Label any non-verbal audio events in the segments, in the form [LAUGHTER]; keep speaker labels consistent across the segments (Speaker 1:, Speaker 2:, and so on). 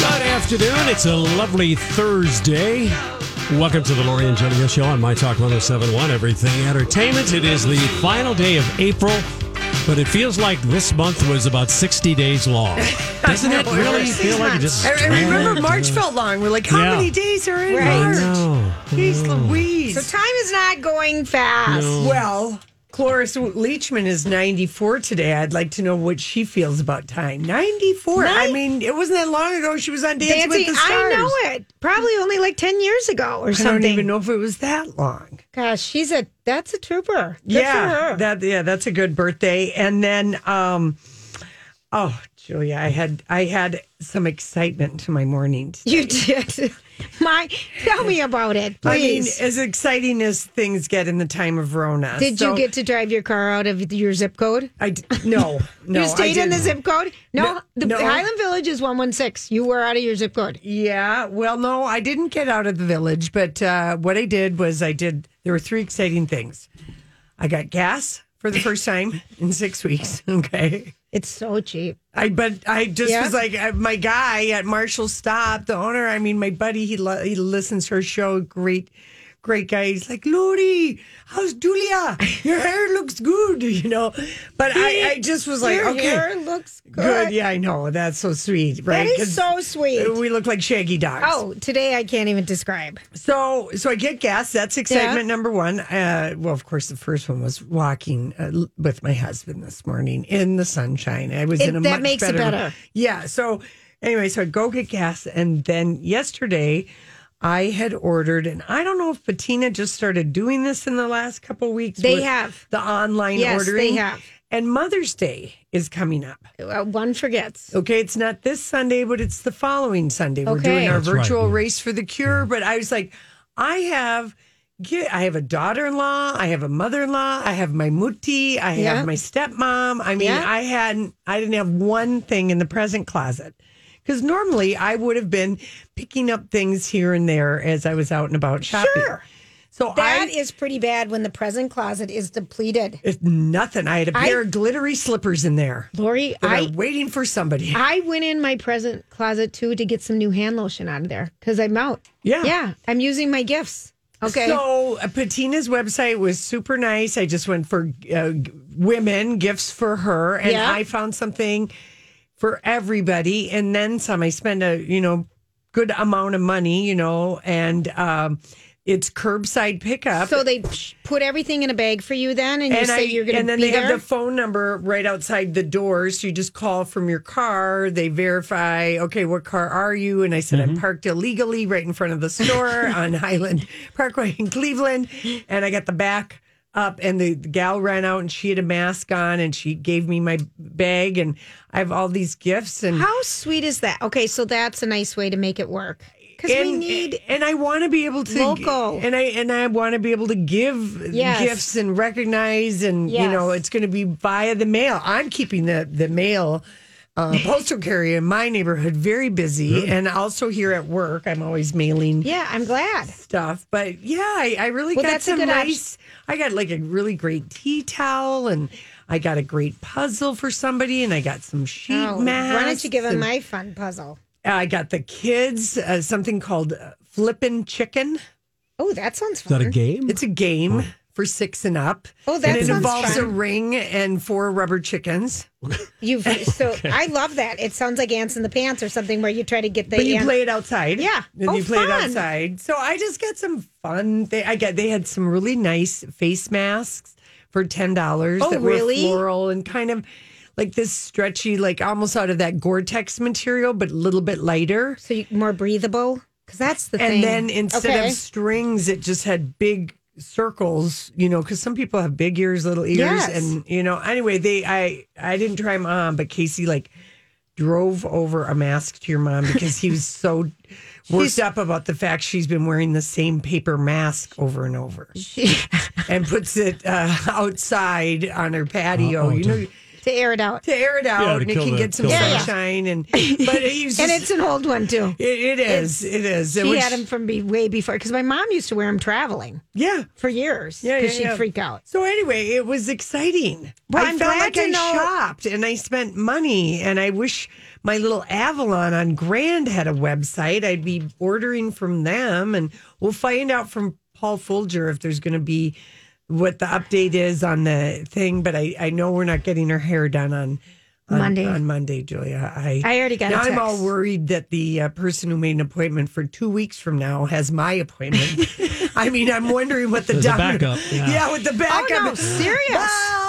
Speaker 1: Good afternoon. It's a lovely Thursday. Welcome to the Lori and Julia Show on My Talk 1071, Everything Entertainment. It is the final day of April, but it feels like this month was about 60
Speaker 2: [LAUGHS]
Speaker 1: days long. Doesn't it really feel like it just.
Speaker 2: I, I remember
Speaker 1: dragged
Speaker 2: March
Speaker 1: on?
Speaker 2: felt long. We're like, how
Speaker 1: Yeah.
Speaker 2: many days are in
Speaker 1: I
Speaker 2: March?
Speaker 1: know.
Speaker 2: Jeez Louise.
Speaker 3: So time is not going fast.
Speaker 2: well, Cloris Leachman is 94 today. I'd like to know what she feels about time. 94. I
Speaker 3: Nin-
Speaker 2: mean, it wasn't that long ago she was on Dancing,
Speaker 3: Nancy,
Speaker 2: with the Stars.
Speaker 3: I know it. Probably only like 10 years ago or
Speaker 2: I
Speaker 3: something.
Speaker 2: don't even know if it was that long.
Speaker 3: Gosh, she's a that's a trooper. Good
Speaker 2: yeah,
Speaker 3: for her.
Speaker 2: that yeah, that's a good birthday. And then, um, oh, Julia, I had I had some excitement to my morning. today.
Speaker 3: you did. [LAUGHS] My tell me about it,
Speaker 2: I mean,
Speaker 3: please.
Speaker 2: as exciting as things get in the time of Rona,
Speaker 3: did
Speaker 2: so-
Speaker 3: you get to drive your car out of your zip code?
Speaker 2: I d- no, no.
Speaker 3: [LAUGHS]
Speaker 2: I
Speaker 3: you stayed in the
Speaker 2: didn't.
Speaker 3: zip code? No,
Speaker 2: No,
Speaker 3: the
Speaker 2: no.
Speaker 3: Highland Village is 116. You were out of your zip code.
Speaker 2: Yeah. Well, no, I didn't get out of the village, but uh, what I did was I did. There were three exciting things. I got gas for the first time in six weeks. [LAUGHS] Okay.
Speaker 3: It's so cheap.
Speaker 2: I but I just
Speaker 3: Yeah.
Speaker 2: was like I, my guy at Marshall Stop, the owner. I mean, my buddy. He lo- he listens to her show. Great, great guy. He's like, Lori, how's Julia? Your hair looks good, [LAUGHS] you know. But I, I just was like,
Speaker 3: your
Speaker 2: okay,
Speaker 3: hair looks good.
Speaker 2: good. Yeah, I know. That's so sweet,
Speaker 3: That
Speaker 2: right?
Speaker 3: is
Speaker 2: 'Cause
Speaker 3: so sweet.
Speaker 2: We look like shaggy dogs.
Speaker 3: Oh, today I can't even describe.
Speaker 2: So, so I get gas. That's excitement
Speaker 3: Yeah.
Speaker 2: number one. Uh, well, of course, the first one was walking uh, l- with my husband this morning in the sunshine. I was
Speaker 3: It-
Speaker 2: in a
Speaker 3: that
Speaker 2: much
Speaker 3: makes it
Speaker 2: better,
Speaker 3: better.
Speaker 2: Yeah. So, anyway, so I go get gas, and then yesterday, I had ordered, and I don't know if Bettina just started doing this in the last couple weeks.
Speaker 3: They
Speaker 2: with
Speaker 3: have.
Speaker 2: the online
Speaker 3: Yes, they
Speaker 2: ordering.
Speaker 3: have.
Speaker 2: And Mother's Day is coming up.
Speaker 3: Uh, One forgets.
Speaker 2: Okay, it's not this Sunday, but it's the following Sunday. We're
Speaker 3: Okay.
Speaker 2: doing our
Speaker 1: right,
Speaker 2: virtual
Speaker 1: yeah.
Speaker 2: race for the cure. But I was like, I have get I have a daughter-in-law, I have a mother-in-law, I have my mutti, I
Speaker 3: Yeah.
Speaker 2: have my stepmom. I mean,
Speaker 3: Yeah.
Speaker 2: I hadn't I didn't have one thing in the present closet. Because normally I would have been picking up things here and there as I was out and about shopping.
Speaker 3: Sure.
Speaker 2: So I
Speaker 3: That is pretty bad when the present closet is depleted.
Speaker 2: it's nothing. I had a
Speaker 3: I-
Speaker 2: pair of glittery slippers in there.
Speaker 3: Lori,
Speaker 2: that
Speaker 3: I
Speaker 2: are waiting for somebody.
Speaker 3: I went in my present closet too to get some new hand lotion out of there because I'm out.
Speaker 2: Yeah.
Speaker 3: Yeah. I'm using my gifts. Okay.
Speaker 2: So uh, Patina's website was super nice. I just went for uh, g- women gifts for her, and
Speaker 3: Yeah.
Speaker 2: I found something for everybody, and then some. I spent a you know good amount of money, you know, and um, it's curbside pickup.
Speaker 3: So they sh- put everything in a bag for you then and, you
Speaker 2: and
Speaker 3: say
Speaker 2: I,
Speaker 3: you're going to
Speaker 2: and then
Speaker 3: be
Speaker 2: they
Speaker 3: there.
Speaker 2: have the phone number right outside the door, so you just call from your car. They verify, okay, what car are you? And I said I'm parked illegally right in front of the store
Speaker 3: [LAUGHS]
Speaker 2: on Highland Parkway in Cleveland, and I got the back up, and the, the gal ran out, and she had a mask on, and she gave me my bag, and I have all these gifts, and
Speaker 3: How sweet is that? Okay. So that's a nice way to make it work because we
Speaker 2: and,
Speaker 3: need.
Speaker 2: and I want to be able to
Speaker 3: local.
Speaker 2: and I and I want to be able to give
Speaker 3: Yes.
Speaker 2: gifts and recognize and you
Speaker 3: Yes.
Speaker 2: know it's going to be via the mail. I'm keeping the the mail
Speaker 3: [LAUGHS]
Speaker 2: uh, postal carrier in my neighborhood very busy and also here at work I'm always mailing
Speaker 3: Yeah. I'm glad.
Speaker 2: stuff. But yeah, I, I really
Speaker 3: Well,
Speaker 2: got
Speaker 3: that's a
Speaker 2: some
Speaker 3: good
Speaker 2: nice. I got like a really great tea towel and I got a great puzzle for somebody, and I got some sheet
Speaker 3: Oh,
Speaker 2: masks.
Speaker 3: why don't you give him
Speaker 2: and-
Speaker 3: my fun puzzle?
Speaker 2: I got the kids uh, something called uh, Flippin' Chicken.
Speaker 3: Oh, that sounds
Speaker 1: Is that
Speaker 3: fun.
Speaker 1: a game?
Speaker 2: It's a game for six and up.
Speaker 3: Oh, that
Speaker 2: and it
Speaker 3: sounds
Speaker 2: involves
Speaker 3: fun.
Speaker 2: a ring and four rubber chickens. [LAUGHS]
Speaker 3: You've so I love that. It sounds like ants in the pants or something where you try to get the
Speaker 2: But you
Speaker 3: ant-
Speaker 2: play it outside.
Speaker 3: Yeah.
Speaker 2: And
Speaker 3: Oh,
Speaker 2: you play it
Speaker 3: fun.
Speaker 2: outside. So I just got some fun. They I got they had some really nice face masks for ten dollars
Speaker 3: Oh,
Speaker 2: that
Speaker 3: really?
Speaker 2: were floral and kind of like this stretchy, like almost out of that Gore Tex material, but a little bit lighter.
Speaker 3: so you, more breathable because that's the
Speaker 2: And
Speaker 3: thing.
Speaker 2: then instead
Speaker 3: Okay.
Speaker 2: of strings, it just had big circles, you know, because some people have big ears, little ears,
Speaker 3: Yes.
Speaker 2: and you know. Anyway, they I I didn't try them on, but Casey like drove over a mask to your mom because he was
Speaker 3: [LAUGHS]
Speaker 2: so worked up about the fact she's been wearing the same paper mask over and
Speaker 3: [LAUGHS]
Speaker 2: over, and puts it uh, outside on her patio,
Speaker 1: Uh-oh,
Speaker 2: you know.
Speaker 3: to air it out,
Speaker 2: To air it out,
Speaker 1: to
Speaker 2: and it
Speaker 1: kill
Speaker 2: can
Speaker 1: the-
Speaker 2: get some
Speaker 1: kill the
Speaker 3: virus. [LAUGHS]
Speaker 2: sunshine, and but he was
Speaker 3: and
Speaker 2: just-
Speaker 3: it's an old one too.
Speaker 2: it, it is, it is. It
Speaker 3: She
Speaker 2: was-
Speaker 3: had him from be, way before because my mom used to wear him traveling
Speaker 2: yeah.
Speaker 3: for years
Speaker 2: Yeah,
Speaker 3: because
Speaker 2: yeah,
Speaker 3: she'd
Speaker 2: yeah.
Speaker 3: freak out.
Speaker 2: So anyway, it was exciting.
Speaker 3: Well,
Speaker 2: I
Speaker 3: I'm
Speaker 2: felt
Speaker 3: glad
Speaker 2: like
Speaker 3: to
Speaker 2: I
Speaker 3: know-
Speaker 2: shopped and I spent money. And I wish my little Avalon on Grand had a website. I'd be ordering from them, and we'll find out from Paul Folger if there's going to be what the update is on the thing. But I, I know we're not getting her hair done on. on-
Speaker 3: Monday.
Speaker 2: on Monday, Julia. I
Speaker 3: I already got a
Speaker 2: Now I'm
Speaker 3: text.
Speaker 2: all worried that the uh, person who made an appointment for two weeks from now has
Speaker 3: [LAUGHS]
Speaker 2: my appointment. I mean, I'm wondering what the
Speaker 1: There's a
Speaker 2: doctor-
Speaker 1: backup, yeah.
Speaker 2: yeah, with the
Speaker 3: Oh
Speaker 2: backup.
Speaker 3: no, serious.
Speaker 2: Ah,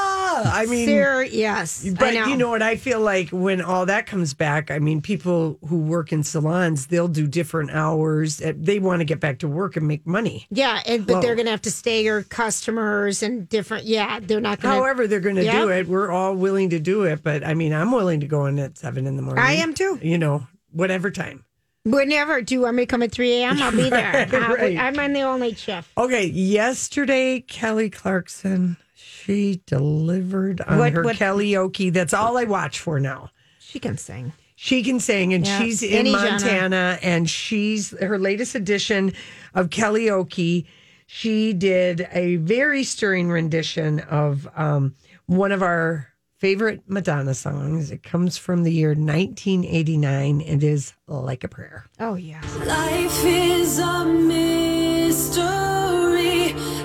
Speaker 2: I mean,
Speaker 3: Ser- yes, I
Speaker 2: but you know what? I feel like when all that comes back, I mean, people who work in salons, they'll do different hours. Uh, They want to get back to work and make money.
Speaker 3: yeah, and, but
Speaker 2: Whoa.
Speaker 3: they're gonna have to stay your customers and different. Yeah, they're not gonna.
Speaker 2: However, they're going to
Speaker 3: Yeah.
Speaker 2: do it. We're all willing to do it. But I mean, I'm willing to go in at seven in the morning.
Speaker 3: I am too.
Speaker 2: You know, whatever time.
Speaker 3: Whenever do you want me to come at 3 a.m.? I'll be there. Uh,
Speaker 2: [LAUGHS] right.
Speaker 3: I'm on the only shift.
Speaker 2: Okay. Yesterday, Kelly Clarkson, she delivered on
Speaker 3: What-
Speaker 2: her
Speaker 3: what-
Speaker 2: karaoke. That's all I watch for now.
Speaker 3: She can sing.
Speaker 2: She can sing, and
Speaker 3: Yeah,
Speaker 2: she's in
Speaker 3: any genre.
Speaker 2: Montana, and she's her latest edition of Karaoke. She did a very stirring rendition of um, one of our favorite Madonna songs. It comes from the year 1989. It is like a prayer.
Speaker 3: Oh yeah.
Speaker 4: Life is a mystery.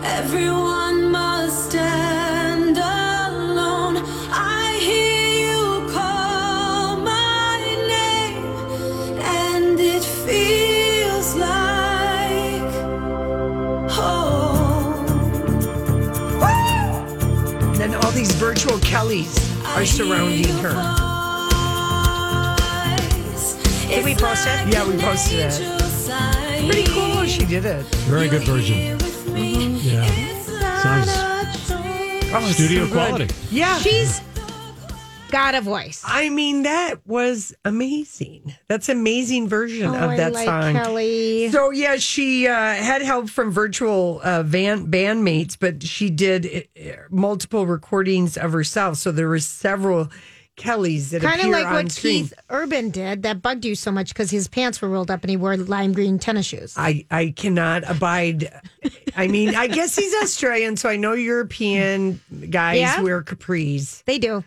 Speaker 4: Everyone must stand alone. I hear you call my name, and it feels like home.
Speaker 2: Then all these virtual Kellys
Speaker 4: I
Speaker 2: are surrounding
Speaker 4: hear your
Speaker 2: her.
Speaker 4: voice.
Speaker 3: we
Speaker 4: It's
Speaker 3: post it?
Speaker 4: like
Speaker 2: Yeah, we
Speaker 4: an
Speaker 2: posted it.
Speaker 4: angel sign.
Speaker 2: Pretty cool how she did it.
Speaker 1: Very good version.
Speaker 4: Here with me.
Speaker 1: Yeah.
Speaker 4: It's
Speaker 1: Sounds-
Speaker 4: not a
Speaker 2: Oh, it's
Speaker 1: Studio
Speaker 2: so good.
Speaker 1: quality.
Speaker 2: Yeah.
Speaker 3: She's got a voice.
Speaker 2: I mean, that was amazing. That's amazing version
Speaker 3: Oh,
Speaker 2: of
Speaker 3: I
Speaker 2: that
Speaker 3: like
Speaker 2: song.
Speaker 3: Kelly.
Speaker 2: So yeah, she uh, had help from virtual uh, van bandmates, but she did uh, multiple recordings of herself. So there were several Kellys that
Speaker 3: Kind of
Speaker 2: appear
Speaker 3: like
Speaker 2: on
Speaker 3: what
Speaker 2: screen.
Speaker 3: Keith Urban did that bugged you so much because his pants were rolled up and he wore lime green tennis shoes.
Speaker 2: I I cannot abide. I mean, I guess he's Australian, so I know European guys
Speaker 3: Yeah.
Speaker 2: wear capris,
Speaker 3: They do.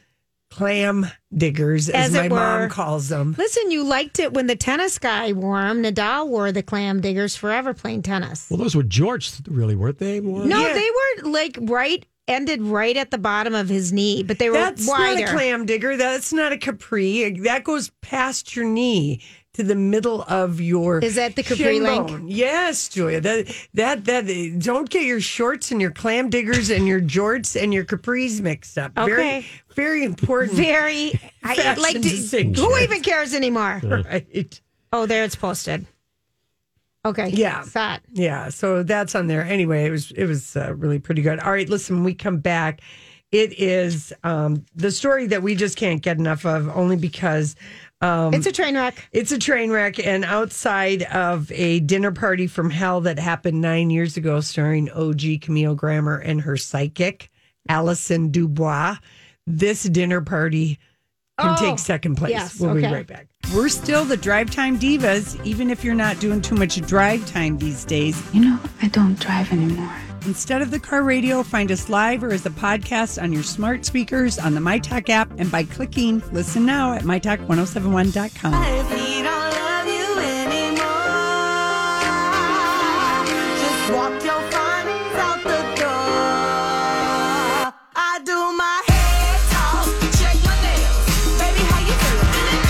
Speaker 2: clam diggers, as,
Speaker 3: As
Speaker 2: my
Speaker 3: it
Speaker 2: mom
Speaker 3: were.
Speaker 2: calls them.
Speaker 3: Listen, you liked it when the tennis guy wore them. Nadal wore the clam diggers forever playing tennis.
Speaker 1: Well, those were jorts, really, weren't they? More?
Speaker 3: No,
Speaker 2: Yeah.
Speaker 3: they were like right ended right at the bottom of his knee, but they were
Speaker 2: That's
Speaker 3: wider.
Speaker 2: not a clam digger. That's not a capri. That goes past your knee to the middle of your.
Speaker 3: Is that the capri
Speaker 2: shin
Speaker 3: link?
Speaker 2: bone. Yes, Julia. That that that. Don't get your shorts and your clam diggers and your jorts and your capris mixed up. Very,
Speaker 3: Okay.
Speaker 2: very important.
Speaker 3: Very I,
Speaker 2: Fashion
Speaker 3: like
Speaker 2: distinction.
Speaker 3: who even cares anymore?
Speaker 2: right.
Speaker 3: Oh, there it's posted. Okay.
Speaker 2: Yeah.
Speaker 3: Saw it.
Speaker 2: Yeah, so that's on there. Anyway, it was it was uh, really pretty good. All right, listen, when we come back. It is um, the story that we just can't get enough of, only because um,
Speaker 3: it's a train wreck.
Speaker 2: It's a train wreck, and outside of a dinner party from hell that happened nine years ago, starring OG Camille Grammer and her psychic, Allison Dubois, this dinner party can
Speaker 3: Oh,
Speaker 2: take second place.
Speaker 3: yes,
Speaker 2: we'll be
Speaker 3: okay.
Speaker 2: right back.
Speaker 5: We're still the drive time divas, even if you're not doing too much drive time these days.
Speaker 6: You know, I don't drive anymore.
Speaker 5: Instead of the car radio, find us live or as a podcast on your smart speakers, on the MyTalk app, and by clicking Listen Now at MyTalk1071.com.
Speaker 4: If we don't love you anymore, just walk your funnies out the door. I do my head toss, check my nails. Baby, how you feeling?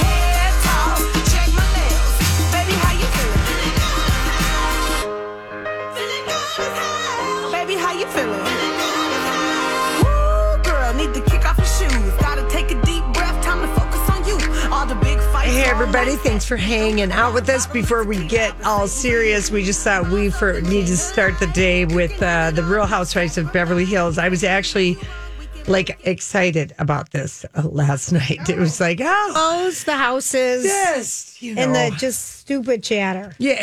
Speaker 4: Head toss, check my nails. Baby, how you feeling? Feeling good as hell. Baby, how you feeling? Woo, girl, need to kick off your shoes. Gotta take a deep breath, time to focus on you. All the big fights.
Speaker 2: Hey,
Speaker 4: all
Speaker 2: everybody.
Speaker 4: night.
Speaker 2: Thanks for hanging out with us. Before we get all serious, we just thought we for, need to start the day with uh, the Real Housewives of Beverly Hills. I was actually like excited about this uh, last [LAUGHS] night. It was like, oh,
Speaker 3: Owns the houses
Speaker 2: yes. You know.
Speaker 3: and the just stupid chatter.
Speaker 2: Yeah,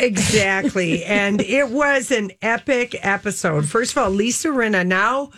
Speaker 3: [LAUGHS]
Speaker 2: exactly. and it was an epic episode. First of all, Lisa Rinna, now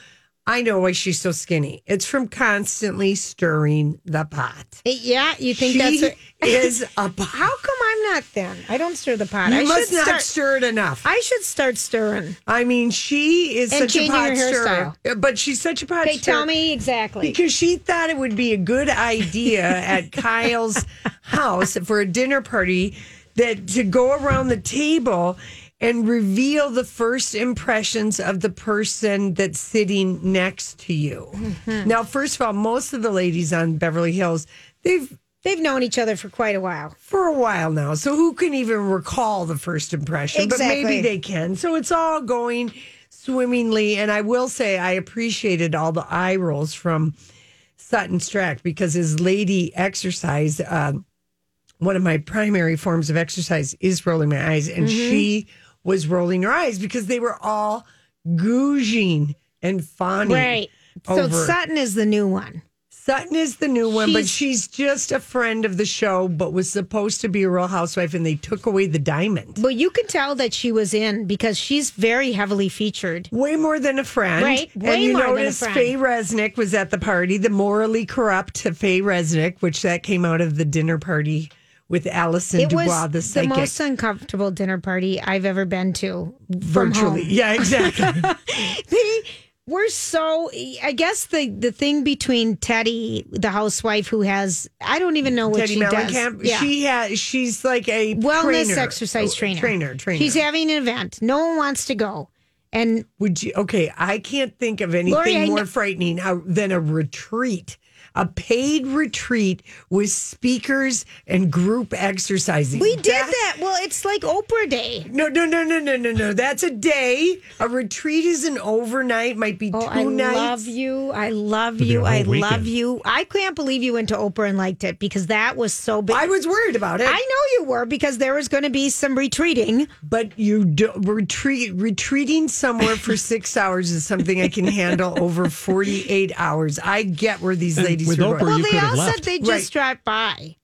Speaker 2: I know why she's so skinny. It's from constantly stirring the pot.
Speaker 3: Yeah, you think
Speaker 2: she
Speaker 3: that's a, [LAUGHS]
Speaker 2: is a
Speaker 3: how
Speaker 2: pot.
Speaker 3: come I'm not thin? I don't stir the pot.
Speaker 2: You
Speaker 3: I
Speaker 2: must
Speaker 3: should
Speaker 2: not
Speaker 3: start.
Speaker 2: stir it enough.
Speaker 3: I should start stirring.
Speaker 2: I mean, she is
Speaker 3: And
Speaker 2: such a
Speaker 3: changing her
Speaker 2: pot stirrer. But she's such a pot
Speaker 3: They
Speaker 2: stirrer.
Speaker 3: tell me exactly.
Speaker 2: Because she thought it would be a good idea at Kyle's house for a dinner party that to go around the table and reveal the first impressions of the person that's sitting next to you. Now, first of all, most of the ladies on Beverly Hills, they've
Speaker 3: They've known each other for quite a while.
Speaker 2: for a while now. So who can even recall the first impression? But maybe
Speaker 3: Exactly.
Speaker 2: they can. So it's all going swimmingly. And I will say I appreciated all the eye rolls from Sutton Strack because his lady exercise, um, one of my primary forms of exercise is rolling my eyes. And
Speaker 3: Mm-hmm.
Speaker 2: she was rolling her eyes because they were all gouging and fawning.
Speaker 3: Hmm. Right. So
Speaker 2: Over.
Speaker 3: Sutton is the new one.
Speaker 2: Sutton is the new one, but
Speaker 3: She's-
Speaker 2: she's just a friend of the show, but was supposed to be a real housewife, and they took away the diamond.
Speaker 3: But you can tell that she was in because she's very heavily featured.
Speaker 2: Way more than a friend.
Speaker 3: Right,
Speaker 2: and
Speaker 3: way
Speaker 2: you
Speaker 3: more than a
Speaker 2: notice
Speaker 3: friend.
Speaker 2: Faye Resnick was at the party, the morally corrupt Faye Resnick, which that came out of the dinner party with Allison
Speaker 3: it was
Speaker 2: Dubois, the
Speaker 3: the
Speaker 2: psychic.
Speaker 3: most uncomfortable dinner party I've ever been to. From
Speaker 2: virtually.
Speaker 3: home.
Speaker 2: Yeah, exactly.
Speaker 3: [LAUGHS] they were so i guess the the thing between teddy the housewife who has i don't even know what
Speaker 2: Teddy
Speaker 3: she
Speaker 2: Mellencamp.
Speaker 3: does yeah.
Speaker 2: She has she's like a
Speaker 3: wellness
Speaker 2: trainer. Oh,
Speaker 3: exercise trainer
Speaker 2: Trainer, trainer.
Speaker 3: she's having an event no one wants to go and
Speaker 2: Would you? Okay, I can't think of anything
Speaker 3: Lori, I
Speaker 2: more
Speaker 3: kn-
Speaker 2: frightening uh, than a retreat, a paid retreat with speakers and group exercising.
Speaker 3: we did that well it's like oprah day
Speaker 2: No, no, no, no, no, no, no. That's a day. A retreat is an overnight. Might be two
Speaker 3: oh i
Speaker 2: nights.
Speaker 3: love you i love
Speaker 1: Could be a
Speaker 3: you i
Speaker 1: whole
Speaker 3: love
Speaker 1: weekend.
Speaker 3: you i can't believe you went to oprah and liked it because that was so big
Speaker 2: I was worried about it,
Speaker 3: I know you were because there was going to be some retreating.
Speaker 2: but you do, retreat retreating somewhere
Speaker 3: [LAUGHS]
Speaker 2: for six hours is something I can handle over forty eight hours. I get where these
Speaker 1: And
Speaker 2: ladies
Speaker 1: with
Speaker 2: were.
Speaker 1: Oprah,
Speaker 2: going.
Speaker 3: Well,
Speaker 1: you
Speaker 3: they
Speaker 1: could
Speaker 3: all
Speaker 1: have left.
Speaker 3: said they just dropped by.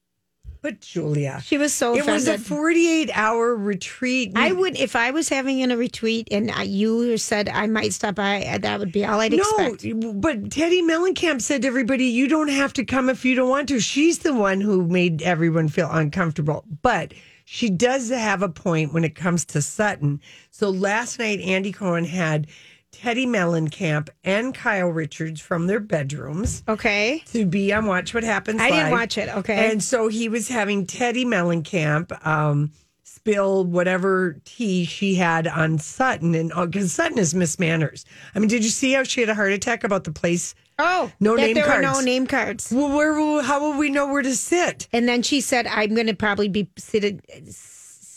Speaker 2: but Julia,
Speaker 3: She was so
Speaker 2: it was
Speaker 3: offended.
Speaker 2: a forty eight hour retreat.
Speaker 3: I would if I was having in a retreat and I, you said I might stop by. uh, That would be all I'd expect.
Speaker 2: No, but Teddy Mellencamp said to everybody, "You don't have to come if you don't want to." She's the one who made everyone feel uncomfortable, but she does have a point when it comes to Sutton. So last night, Andy Cohen had Teddy Mellencamp and Kyle Richards from their bedrooms
Speaker 3: Okay,
Speaker 2: to be on Watch What Happens.
Speaker 3: I didn't
Speaker 2: Live.
Speaker 3: watch it. Okay,
Speaker 2: And so he was having Teddy Mellencamp um, spill whatever tea she had on Sutton, and because Sutton is Miss Manners. I mean, did you see how she had a heart attack about the place?
Speaker 3: oh,
Speaker 2: No
Speaker 3: that
Speaker 2: name
Speaker 3: there were no
Speaker 2: cards.
Speaker 3: name cards.
Speaker 2: Well, where? will- How will we know where to sit?
Speaker 3: And then she said, "I'm going to probably be seated."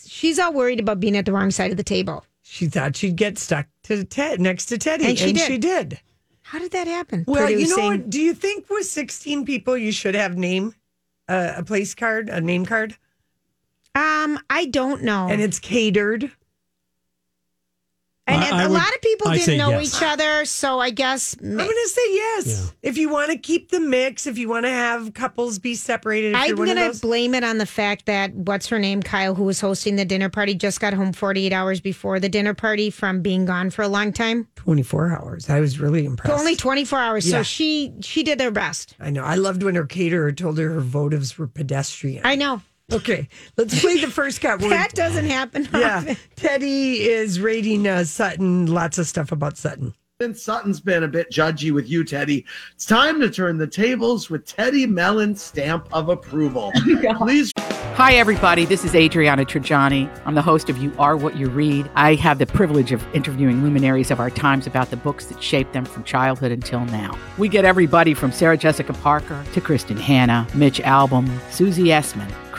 Speaker 3: She's all worried about being at the wrong side of the table.
Speaker 2: She thought she'd get stuck to Ted next to Teddy,
Speaker 3: And she did.
Speaker 2: did.
Speaker 3: How did that happen?
Speaker 2: Well, you know
Speaker 3: Producing-
Speaker 2: what? Do you think with sixteen people you should have name uh, a place card, a name card,
Speaker 3: Um, I don't know.
Speaker 2: and it's catered?
Speaker 3: And
Speaker 1: I-
Speaker 3: a
Speaker 1: I would-
Speaker 3: lot of people
Speaker 1: I say
Speaker 3: didn't know
Speaker 1: yes.
Speaker 3: each other, so I guess
Speaker 2: I'm going to say yes. If you want to keep the mix, if you want to have couples be separated, if
Speaker 3: I'm
Speaker 2: you're one of
Speaker 3: going to
Speaker 2: those-
Speaker 3: blame it on the fact that what's her name, Kyle, who was hosting the dinner party, just got home 48 hours before the dinner party from being gone for a long time.
Speaker 2: 24 hours. I was really impressed.
Speaker 3: Only 24 hours.
Speaker 2: Yeah.
Speaker 3: So she she did her best.
Speaker 2: I know. I loved when her caterer told her her votives were pedestrian.
Speaker 3: I know.
Speaker 2: Okay, let's play the first cut. We're-
Speaker 3: That doesn't happen.
Speaker 2: yeah,
Speaker 3: often.
Speaker 2: Teddy is rating uh, Sutton. Lots of stuff about Sutton.
Speaker 6: Since Sutton's been a bit judgy with you, Teddy, it's time to turn the tables with Teddy Mellon's stamp of approval. Please
Speaker 7: Hi, everybody. This is Adriana Trajani. I'm the host of You Are What You Read. I have the privilege of interviewing luminaries of our times about the books that shaped them from childhood until now. We get everybody from Sarah Jessica Parker to Kristen Hanna, Mitch Albom, Susie Essman,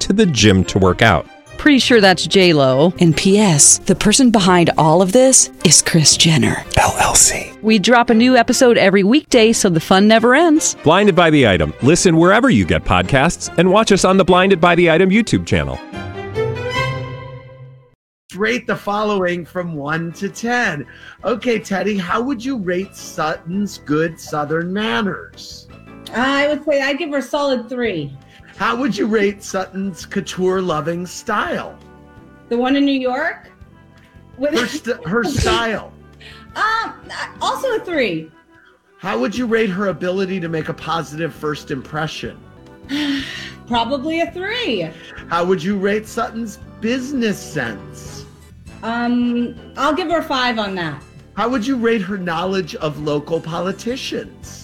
Speaker 8: to the gym to work out.
Speaker 9: Pretty sure that's J Lo.
Speaker 10: And P.S. The person behind all of this is Chris Jenner.
Speaker 8: LLC.
Speaker 9: We drop a new episode every weekday, so the fun never ends.
Speaker 8: Blinded by the item. Listen wherever you get podcasts, and watch us on the Blinded by the Item YouTube channel.
Speaker 6: rate the following from 1 to 10. Okay, Teddy, how would you rate Sutton's good Southern manners?
Speaker 11: Uh, I would say I'd give her a solid three.
Speaker 6: How would you rate Sutton's couture loving style?
Speaker 11: The one in New York, with [LAUGHS]
Speaker 6: Her, st- her style.
Speaker 11: um, also a three.
Speaker 6: How would you rate her ability to make a positive first impression?
Speaker 11: Probably a three.
Speaker 6: How would you rate Sutton's business sense?
Speaker 11: Um, I'll give her a five on that.
Speaker 6: How would you rate her knowledge of local politicians?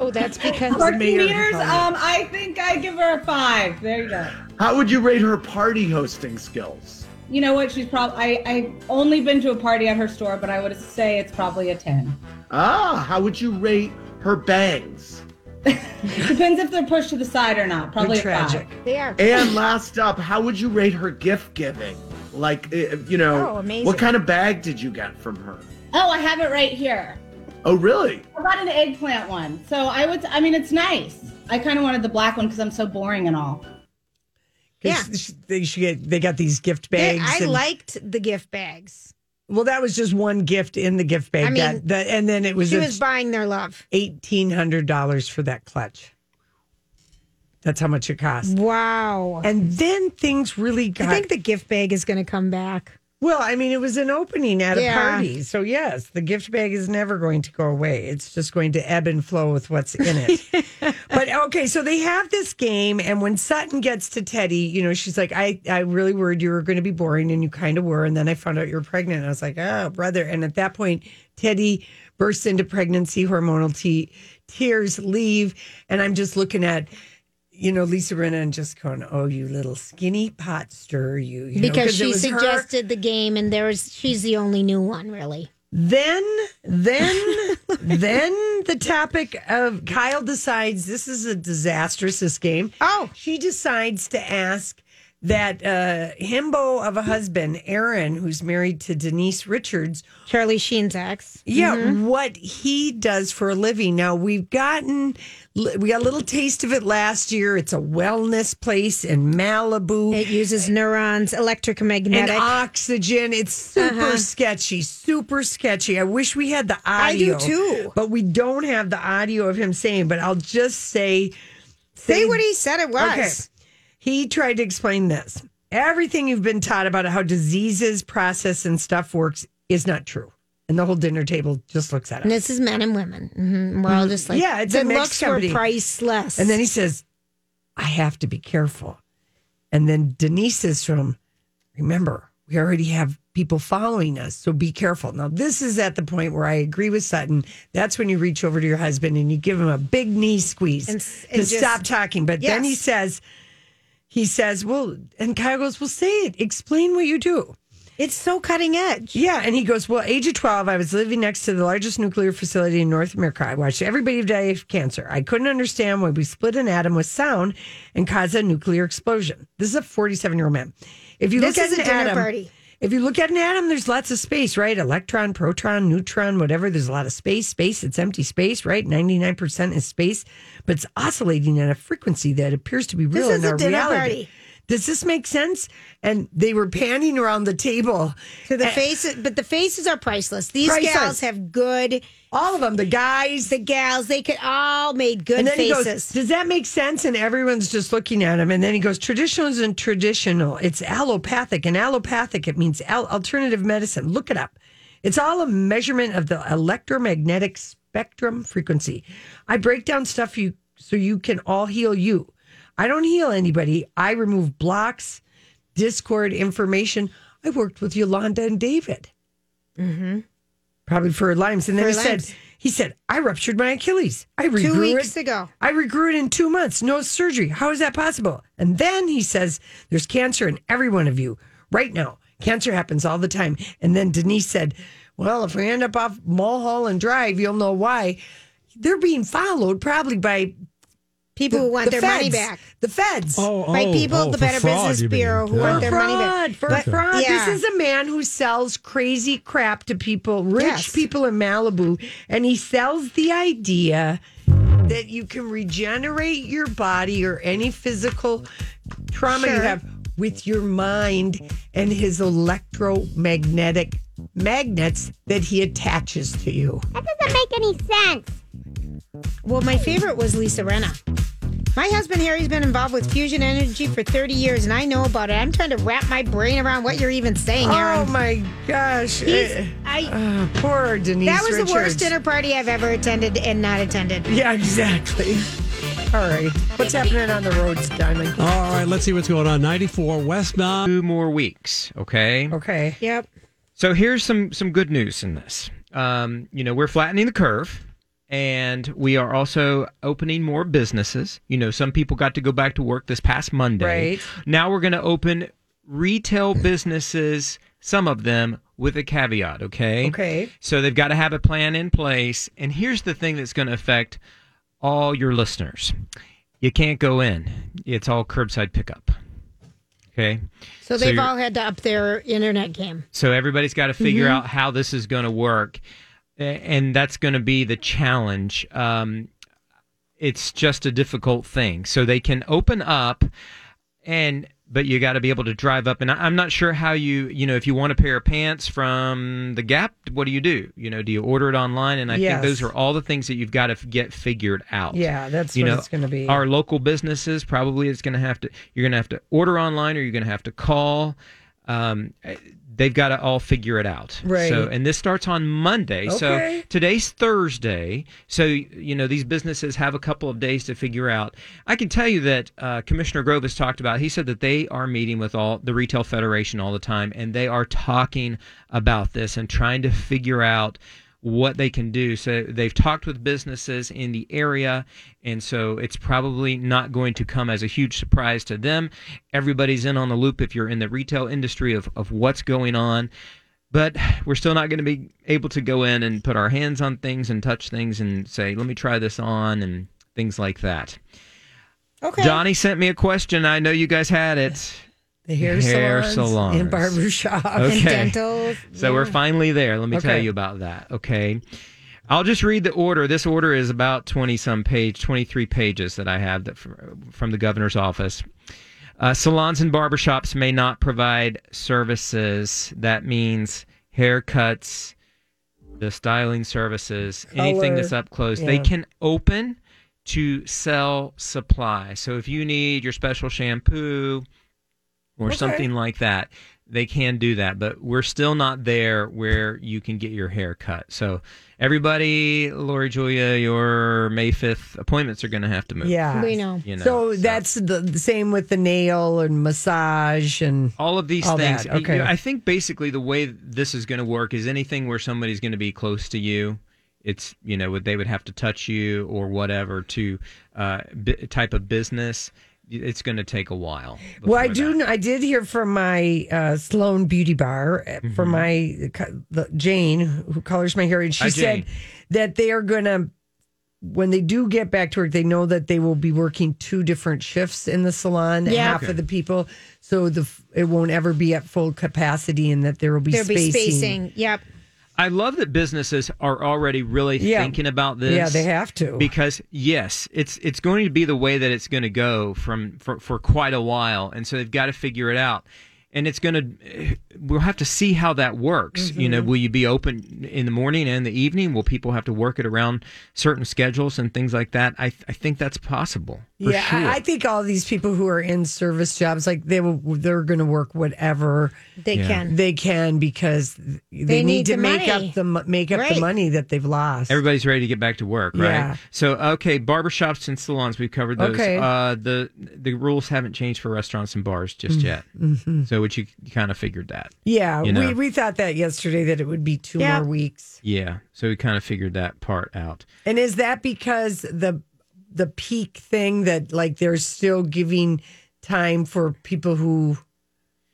Speaker 3: Oh, that's because
Speaker 11: Parking
Speaker 2: mayor of the
Speaker 11: meters,
Speaker 2: party.
Speaker 11: um, I think I give her a five. There you go.
Speaker 6: How would you rate her party hosting skills?
Speaker 11: You know what? She's probably I I've only been to a party at her store, but I would say it's probably a ten.
Speaker 6: Ah, how would you rate her bangs?
Speaker 11: Depends if they're pushed to the side or not. Probably a
Speaker 2: tragic.
Speaker 11: five.
Speaker 3: they are. [LAUGHS]
Speaker 6: And last up, how would you rate her gift giving? Like, eh, you know,
Speaker 3: Oh, amazing.
Speaker 6: what kind of bag did you get from her?
Speaker 11: Oh, I have it right here.
Speaker 6: Oh, really?
Speaker 11: I got an eggplant one, so I would. I mean, it's nice. I kind of wanted the black one because I'm so boring and all.
Speaker 2: 'Cause sh- They should get. They got these gift
Speaker 3: They-
Speaker 2: bags.
Speaker 3: I
Speaker 2: and-
Speaker 3: liked the gift bags.
Speaker 2: Well, that was just one gift in the gift bag.
Speaker 3: I mean,
Speaker 2: that, that, and then it was,
Speaker 3: She was buying their love.
Speaker 2: eighteen hundred dollars for that clutch. That's how much it cost.
Speaker 3: Wow.
Speaker 2: And then things really
Speaker 3: I
Speaker 2: got.
Speaker 3: think the gift bag is going to come back.
Speaker 2: well, I mean, it was an opening at
Speaker 3: Yeah.
Speaker 2: a party, so yes, the gift bag is never going to go away. It's just going to ebb and flow with what's in
Speaker 3: [LAUGHS]
Speaker 2: it. but okay, so they have this game, and when Sutton gets to Teddy, you know, she's like, "I, I really worried you were going to be boring, and you kind of were." And then I found out you were pregnant, and I was like, "Oh, brother!" And at that point, Teddy bursts into pregnancy hormonal te- tears, leave, and I'm just looking at you know, Lisa Rinna and just going, oh, you little skinny pot stir, you. you know,
Speaker 3: because
Speaker 2: 'cause it
Speaker 3: she
Speaker 2: was her.
Speaker 3: suggested the game, and there's she's the only new one, really.
Speaker 2: Then, then, [LAUGHS] then the topic of Kyle decides this is a disastrous, this game.
Speaker 3: Oh.
Speaker 2: She decides to ask that uh, himbo of a husband, Aaron, who's married to Denise Richards,
Speaker 3: Charlie Sheen's ex.
Speaker 2: Yeah, what he does for a living. Now we've gotten we got a little taste of it last year. It's a wellness place in Malibu.
Speaker 3: It uses neurons,
Speaker 2: and
Speaker 3: electromagnetic.
Speaker 2: oxygen. It's super sketchy, super sketchy. I wish we had the
Speaker 3: Uh-huh. I do
Speaker 2: audio.
Speaker 3: too.
Speaker 2: But we don't have the audio of him saying, but I'll just say
Speaker 3: Say what he said it was.
Speaker 2: Okay. he tried to explain this. Everything you've been taught about how diseases, process, and stuff works is not true. And the whole dinner table just looks at us.
Speaker 3: And this is men and women. hmm We're all just like,
Speaker 2: Yeah, it's a
Speaker 3: the
Speaker 2: mixed
Speaker 3: looks
Speaker 2: company.
Speaker 3: were priceless.
Speaker 2: And then he says, I have to be careful. And then Denise says to him, Remember, we already have people following us, so be careful. Now, this is at the point where I agree with Sutton. That's when you reach over to your husband and you give him a big knee squeeze
Speaker 3: And s- and
Speaker 2: to
Speaker 3: just-
Speaker 2: stop talking. But then he
Speaker 3: Yes.
Speaker 2: says, he says, well, and Kyle goes, well, say it. Explain what you do.
Speaker 3: it's so cutting edge.
Speaker 2: Yeah, and he goes, Well, age of 12, I was living next to the largest nuclear facility in North America. I watched everybody die of cancer. I couldn't understand why we split an atom with sound and cause a nuclear explosion. This is a 47 year old man. If you
Speaker 3: This
Speaker 2: look at
Speaker 3: is a
Speaker 2: an
Speaker 3: dinner
Speaker 2: atom,
Speaker 3: party.
Speaker 2: If you look at an atom, there's lots of space, right? Electron, proton, neutron, whatever. There's a lot of space. Space, it's empty space, right? 99% is space, but it's oscillating at a frequency that appears to be
Speaker 3: This
Speaker 2: real
Speaker 3: is
Speaker 2: in
Speaker 3: a
Speaker 2: our
Speaker 3: dinner
Speaker 2: reality.
Speaker 3: party.
Speaker 2: Does this make sense? And they were panning around the table
Speaker 3: To the
Speaker 2: And-
Speaker 3: faces, but the faces are priceless. These
Speaker 2: Priceless.
Speaker 3: gals have good.
Speaker 2: All of them, the guys,
Speaker 3: the gals, they could all made good
Speaker 2: and then
Speaker 3: faces.
Speaker 2: he goes, "Does that make sense?" And everyone's just looking at him. And then he goes, "Traditional isn't traditional. It's allopathic, and allopathic it means al- alternative medicine. Look it up. It's all a measurement of the electromagnetic spectrum frequency. I break down stuff you so you can all heal you. I don't heal anybody. I remove blocks, discord, information. I worked with Yolanda and David."
Speaker 3: mm-hmm.
Speaker 2: probably for limes. And then
Speaker 3: For
Speaker 2: he
Speaker 3: limes.
Speaker 2: said, he said, I ruptured my Achilles. I regrew
Speaker 3: Two weeks
Speaker 2: it.
Speaker 3: ago.
Speaker 2: I regrew it in two months. No surgery. How is that possible? And then he says, there's cancer in every one of you right now. Cancer happens all the time. And then Denise said, well, if we end up off Mulholland Drive, you'll know why. They're being followed probably by
Speaker 3: People who want their money
Speaker 2: feds.
Speaker 3: back.
Speaker 2: The feds.
Speaker 3: Oh, By oh, people, oh, the for Better fraud, Business you mean. Bureau, who want their money back.
Speaker 2: fraud, For
Speaker 3: But-
Speaker 2: fraud.
Speaker 3: yeah.
Speaker 2: This is a man who sells crazy crap to people, rich
Speaker 3: Yes.
Speaker 2: people in Malibu, and he sells the idea that you can regenerate your body or any physical trauma you
Speaker 3: Sure.
Speaker 2: have with your mind and his electromagnetic magnets that he attaches to you.
Speaker 3: That doesn't make any sense. Well, my favorite was Lisa Renna. My husband Harry's been involved with fusion energy for 30 years, and I know about it. I'm trying to wrap my brain around what you're even saying,
Speaker 2: Oh
Speaker 3: Aaron.
Speaker 2: my gosh.
Speaker 3: He's-
Speaker 2: Eh,
Speaker 3: I-
Speaker 2: ah, poor Denise.
Speaker 3: that was the worst
Speaker 2: Richards.
Speaker 3: dinner party I've ever attended and not attended.
Speaker 2: Yeah, exactly. All right. What's happening on the roads, Diamond?
Speaker 12: Um,
Speaker 1: All right, let's see what's going on. 94 Westbound.
Speaker 12: Two more weeks, okay?
Speaker 2: Okay.
Speaker 3: Yep.
Speaker 12: So here's some some good news in this. Um, you know, we're flattening the curve and we are also opening more businesses. You know, some people got to go back to work this past Monday.
Speaker 2: Right.
Speaker 12: Now we're going to open retail businesses, some of them with a caveat, okay?
Speaker 2: Okay.
Speaker 12: So they've got to have a plan in place. And here's the thing that's going to affect all your listeners. You can't go in. It's all curbside pickup. Okay?
Speaker 3: So they've
Speaker 12: you're-
Speaker 3: all had to up their internet game.
Speaker 12: so everybody's got to figure
Speaker 3: Mhm.
Speaker 12: out how this is going to work, a- and that's going to be the challenge. Um, it's just a difficult thing. So they can open up, and but you got to be able to drive up. And I, I'm not sure how you, you know, if you want a pair of pants from the Gap, what do you do? You know, do you order it online? And I
Speaker 2: Yes.
Speaker 12: think those are all the things that you've got to get figured out.
Speaker 2: Yeah, that's
Speaker 12: you
Speaker 2: what
Speaker 12: know,
Speaker 2: it's going to be.
Speaker 12: Our local businesses probably it's going to have to. You're going to have to order online, or you're going to have to call. Um, eh, they've got to all figure it out.
Speaker 2: Right.
Speaker 12: So, and this starts on Monday. So
Speaker 2: Okay.
Speaker 12: today's Thursday. So you know these businesses have a couple of days to figure out. I can tell you that uh, Commissioner Grove has talked about. He said that they are meeting with all the retail federation all the time, and they are talking about this and trying to figure out what they can do. So they've talked with businesses in the area, and so it's probably not going to come as a huge surprise to them. Everybody's in on the loop if you're in the retail industry of, of what's going on. But we're still not going to be able to go in and put our hands on things and touch things and say, let me try this on and things like that.
Speaker 3: Okay.
Speaker 12: Donnie sent me a question. I know you guys had it.
Speaker 2: The hair,
Speaker 12: Hair
Speaker 2: salons, and
Speaker 12: salons.
Speaker 2: barber shops
Speaker 12: Okay.
Speaker 2: and dentals.
Speaker 12: So we're finally there. Let me tell
Speaker 2: Okay.
Speaker 12: you about that. Okay. I'll just read the order. This order is about 20 some page, 23 pages that I have that from, from the governor's office. Uh, salons and barbershops may not provide services. That means haircuts, the styling services, anything that's
Speaker 13: Color.
Speaker 12: up close. They
Speaker 13: Yeah.
Speaker 12: can open to sell supply. So if you need your special shampoo, or
Speaker 13: Okay.
Speaker 12: something like that. They can do that, but we're still not there where you can get your hair cut. So, everybody, Lori Julia, your May 5th appointments are going to have to move.
Speaker 2: Yeah.
Speaker 12: You know,
Speaker 2: so, that's the, the same with the nail and massage and
Speaker 12: all of these things.
Speaker 2: That. Okay.
Speaker 12: I think basically the way this is going to work is anything where somebody's going to be close to you. It's you know what they would have to touch you or whatever to uh, b- type of business. It's going to take a while.
Speaker 2: well, I do. kn- I did hear from my uh, Sloan Beauty Bar uh, from my uh, co- the, Jane who colors my hair, and she
Speaker 12: Mm-hmm. Hi,
Speaker 2: said
Speaker 12: Jane.
Speaker 2: that they are going to when they do get back to work, they know that they will be working two different shifts in the salon.
Speaker 3: Yeah.
Speaker 2: half
Speaker 3: Okay.
Speaker 2: of the people, so the f- it won't ever be at full capacity, and that there will be
Speaker 3: There'll
Speaker 2: spacing.
Speaker 3: be spacing. Yep.
Speaker 12: I love that businesses are already really
Speaker 2: Yeah.
Speaker 12: thinking about this.
Speaker 2: Yeah, they have to.
Speaker 12: because yes, it's it's going to be the way that it's going to go from for, for quite a while, and so they've got to figure it out. And it's going to we'll have to see how that works. You know,
Speaker 2: Mm-hmm.
Speaker 13: Mhm.
Speaker 12: will you be open in the morning and the evening? Will people have to work it around certain schedules and things like that? I I think that's possible. For
Speaker 2: yeah,
Speaker 12: sure.
Speaker 2: I, I think all these people who are in service jobs, like they will, they're going to work whatever
Speaker 3: They Yeah. can.
Speaker 2: They can because they,
Speaker 3: They need
Speaker 2: need, to
Speaker 3: the
Speaker 2: make
Speaker 3: money.
Speaker 2: up the mo- make up
Speaker 3: Right.
Speaker 2: the money that they've lost.
Speaker 12: Everybody's ready to get back to work, right?
Speaker 2: Yeah.
Speaker 12: So, okay, barbershops and salons, we've covered those.
Speaker 2: Okay.
Speaker 12: Uh, the the rules haven't changed for restaurants and bars just
Speaker 2: Mm,
Speaker 12: yet.
Speaker 2: mhm.
Speaker 12: So, which you, you kind of figured that.
Speaker 2: Yeah,
Speaker 12: You know?
Speaker 2: we we thought that yesterday that it would be two
Speaker 12: Yeah.
Speaker 2: more weeks.
Speaker 12: yeah. So we kind of figured that part out.
Speaker 2: And is that because the the peak thing that like they're still giving time for people who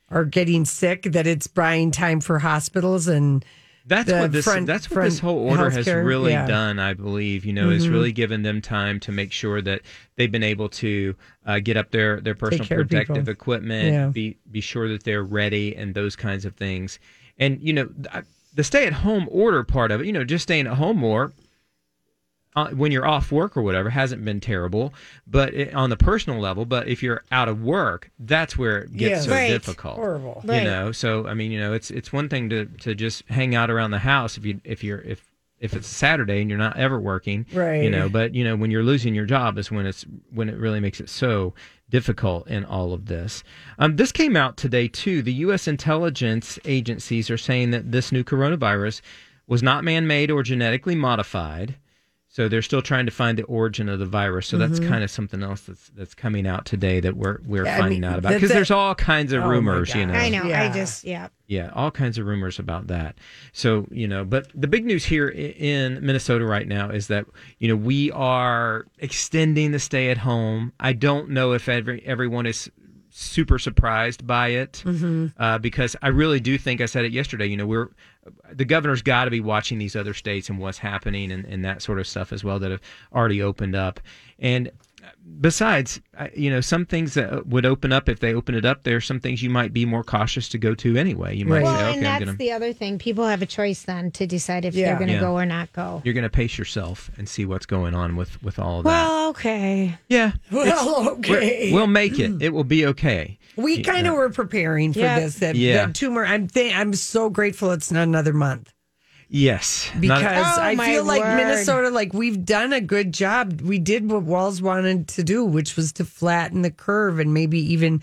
Speaker 2: are getting sick that it's buying time for hospitals and
Speaker 12: That's
Speaker 2: the
Speaker 12: what this
Speaker 2: front-
Speaker 12: that's what
Speaker 2: front
Speaker 12: this whole order has
Speaker 2: healthcare?
Speaker 12: really
Speaker 2: Yeah.
Speaker 12: done, I believe. You know, is
Speaker 2: Mhm.
Speaker 12: really given them time to make sure that they've been able to uh, get up their their personal
Speaker 13: care of people.
Speaker 12: protective equipment,
Speaker 13: Yeah.
Speaker 12: be be sure that they're ready, and those kinds of things. And you know, th- I- the stay at home order part of it, you know, just staying at home more. uh, when you're off work or whatever hasn't been terrible but it, on the personal level but if you're out of work that's where it gets
Speaker 13: Yeah.
Speaker 12: so
Speaker 13: Right.
Speaker 12: difficult
Speaker 13: Horrible.
Speaker 12: you
Speaker 13: Right.
Speaker 12: know so i mean you know it's it's one thing to to just hang out around the house if you if you're if if it's saturday and you're not ever working
Speaker 13: Right.
Speaker 12: you know but you know when you're losing your job is when it's when it really makes it so difficult in all of this um, this came out today too the u.s intelligence agencies are saying that this new coronavirus was not man-made or genetically modified so they're still trying to find the origin of the virus. So that's
Speaker 13: Mhm.
Speaker 12: kind of something else that's that's coming out today that we're we're
Speaker 3: Mm-hmm. Yeah, I
Speaker 12: finding
Speaker 3: mean,
Speaker 12: out about
Speaker 3: that's
Speaker 12: because
Speaker 3: a-
Speaker 12: there's all kinds of
Speaker 3: Oh my
Speaker 12: rumors, you know.
Speaker 3: I know. I
Speaker 2: Yeah.
Speaker 3: just yeah.
Speaker 12: Yeah, all kinds of rumors about that. So, you know, but the big news here i- in Minnesota right now is that, you know, we are extending the stay at home. I don't know if every, everyone is super surprised by it
Speaker 13: Mhm.
Speaker 12: uh, because I really do think I said it yesterday. You know, we're the governor's got to be watching these other states and what's happening and, and that sort of stuff as well that have already opened up. And uh, besides, I- you know, some things that would open up if they open it up, there are some things you might be more cautious to go to anyway. You might
Speaker 3: Well,
Speaker 12: say,
Speaker 3: and
Speaker 12: okay, I'm
Speaker 3: that's
Speaker 12: going to.
Speaker 3: the other thing. People have a choice then to decide if
Speaker 12: Yeah.
Speaker 3: they're going to
Speaker 12: Yeah.
Speaker 3: go or not go.
Speaker 12: You're going to pace yourself and see what's going on with with all of that.
Speaker 3: Well, okay.
Speaker 12: Yeah.
Speaker 2: [LAUGHS] Well,
Speaker 12: It's- we're-
Speaker 2: okay.
Speaker 12: We'll make it. It will be okay.
Speaker 2: We kind of were preparing for
Speaker 12: Yeah.
Speaker 2: this. That,
Speaker 12: Yeah.
Speaker 2: that tumor. I'm th- I'm so grateful it's not another month
Speaker 12: Yes. Not-
Speaker 2: because I
Speaker 3: my
Speaker 2: feel like
Speaker 3: word.
Speaker 2: Minnesota, like we've done a good job. We did what Walls wanted to do, which was to flatten the curve and maybe even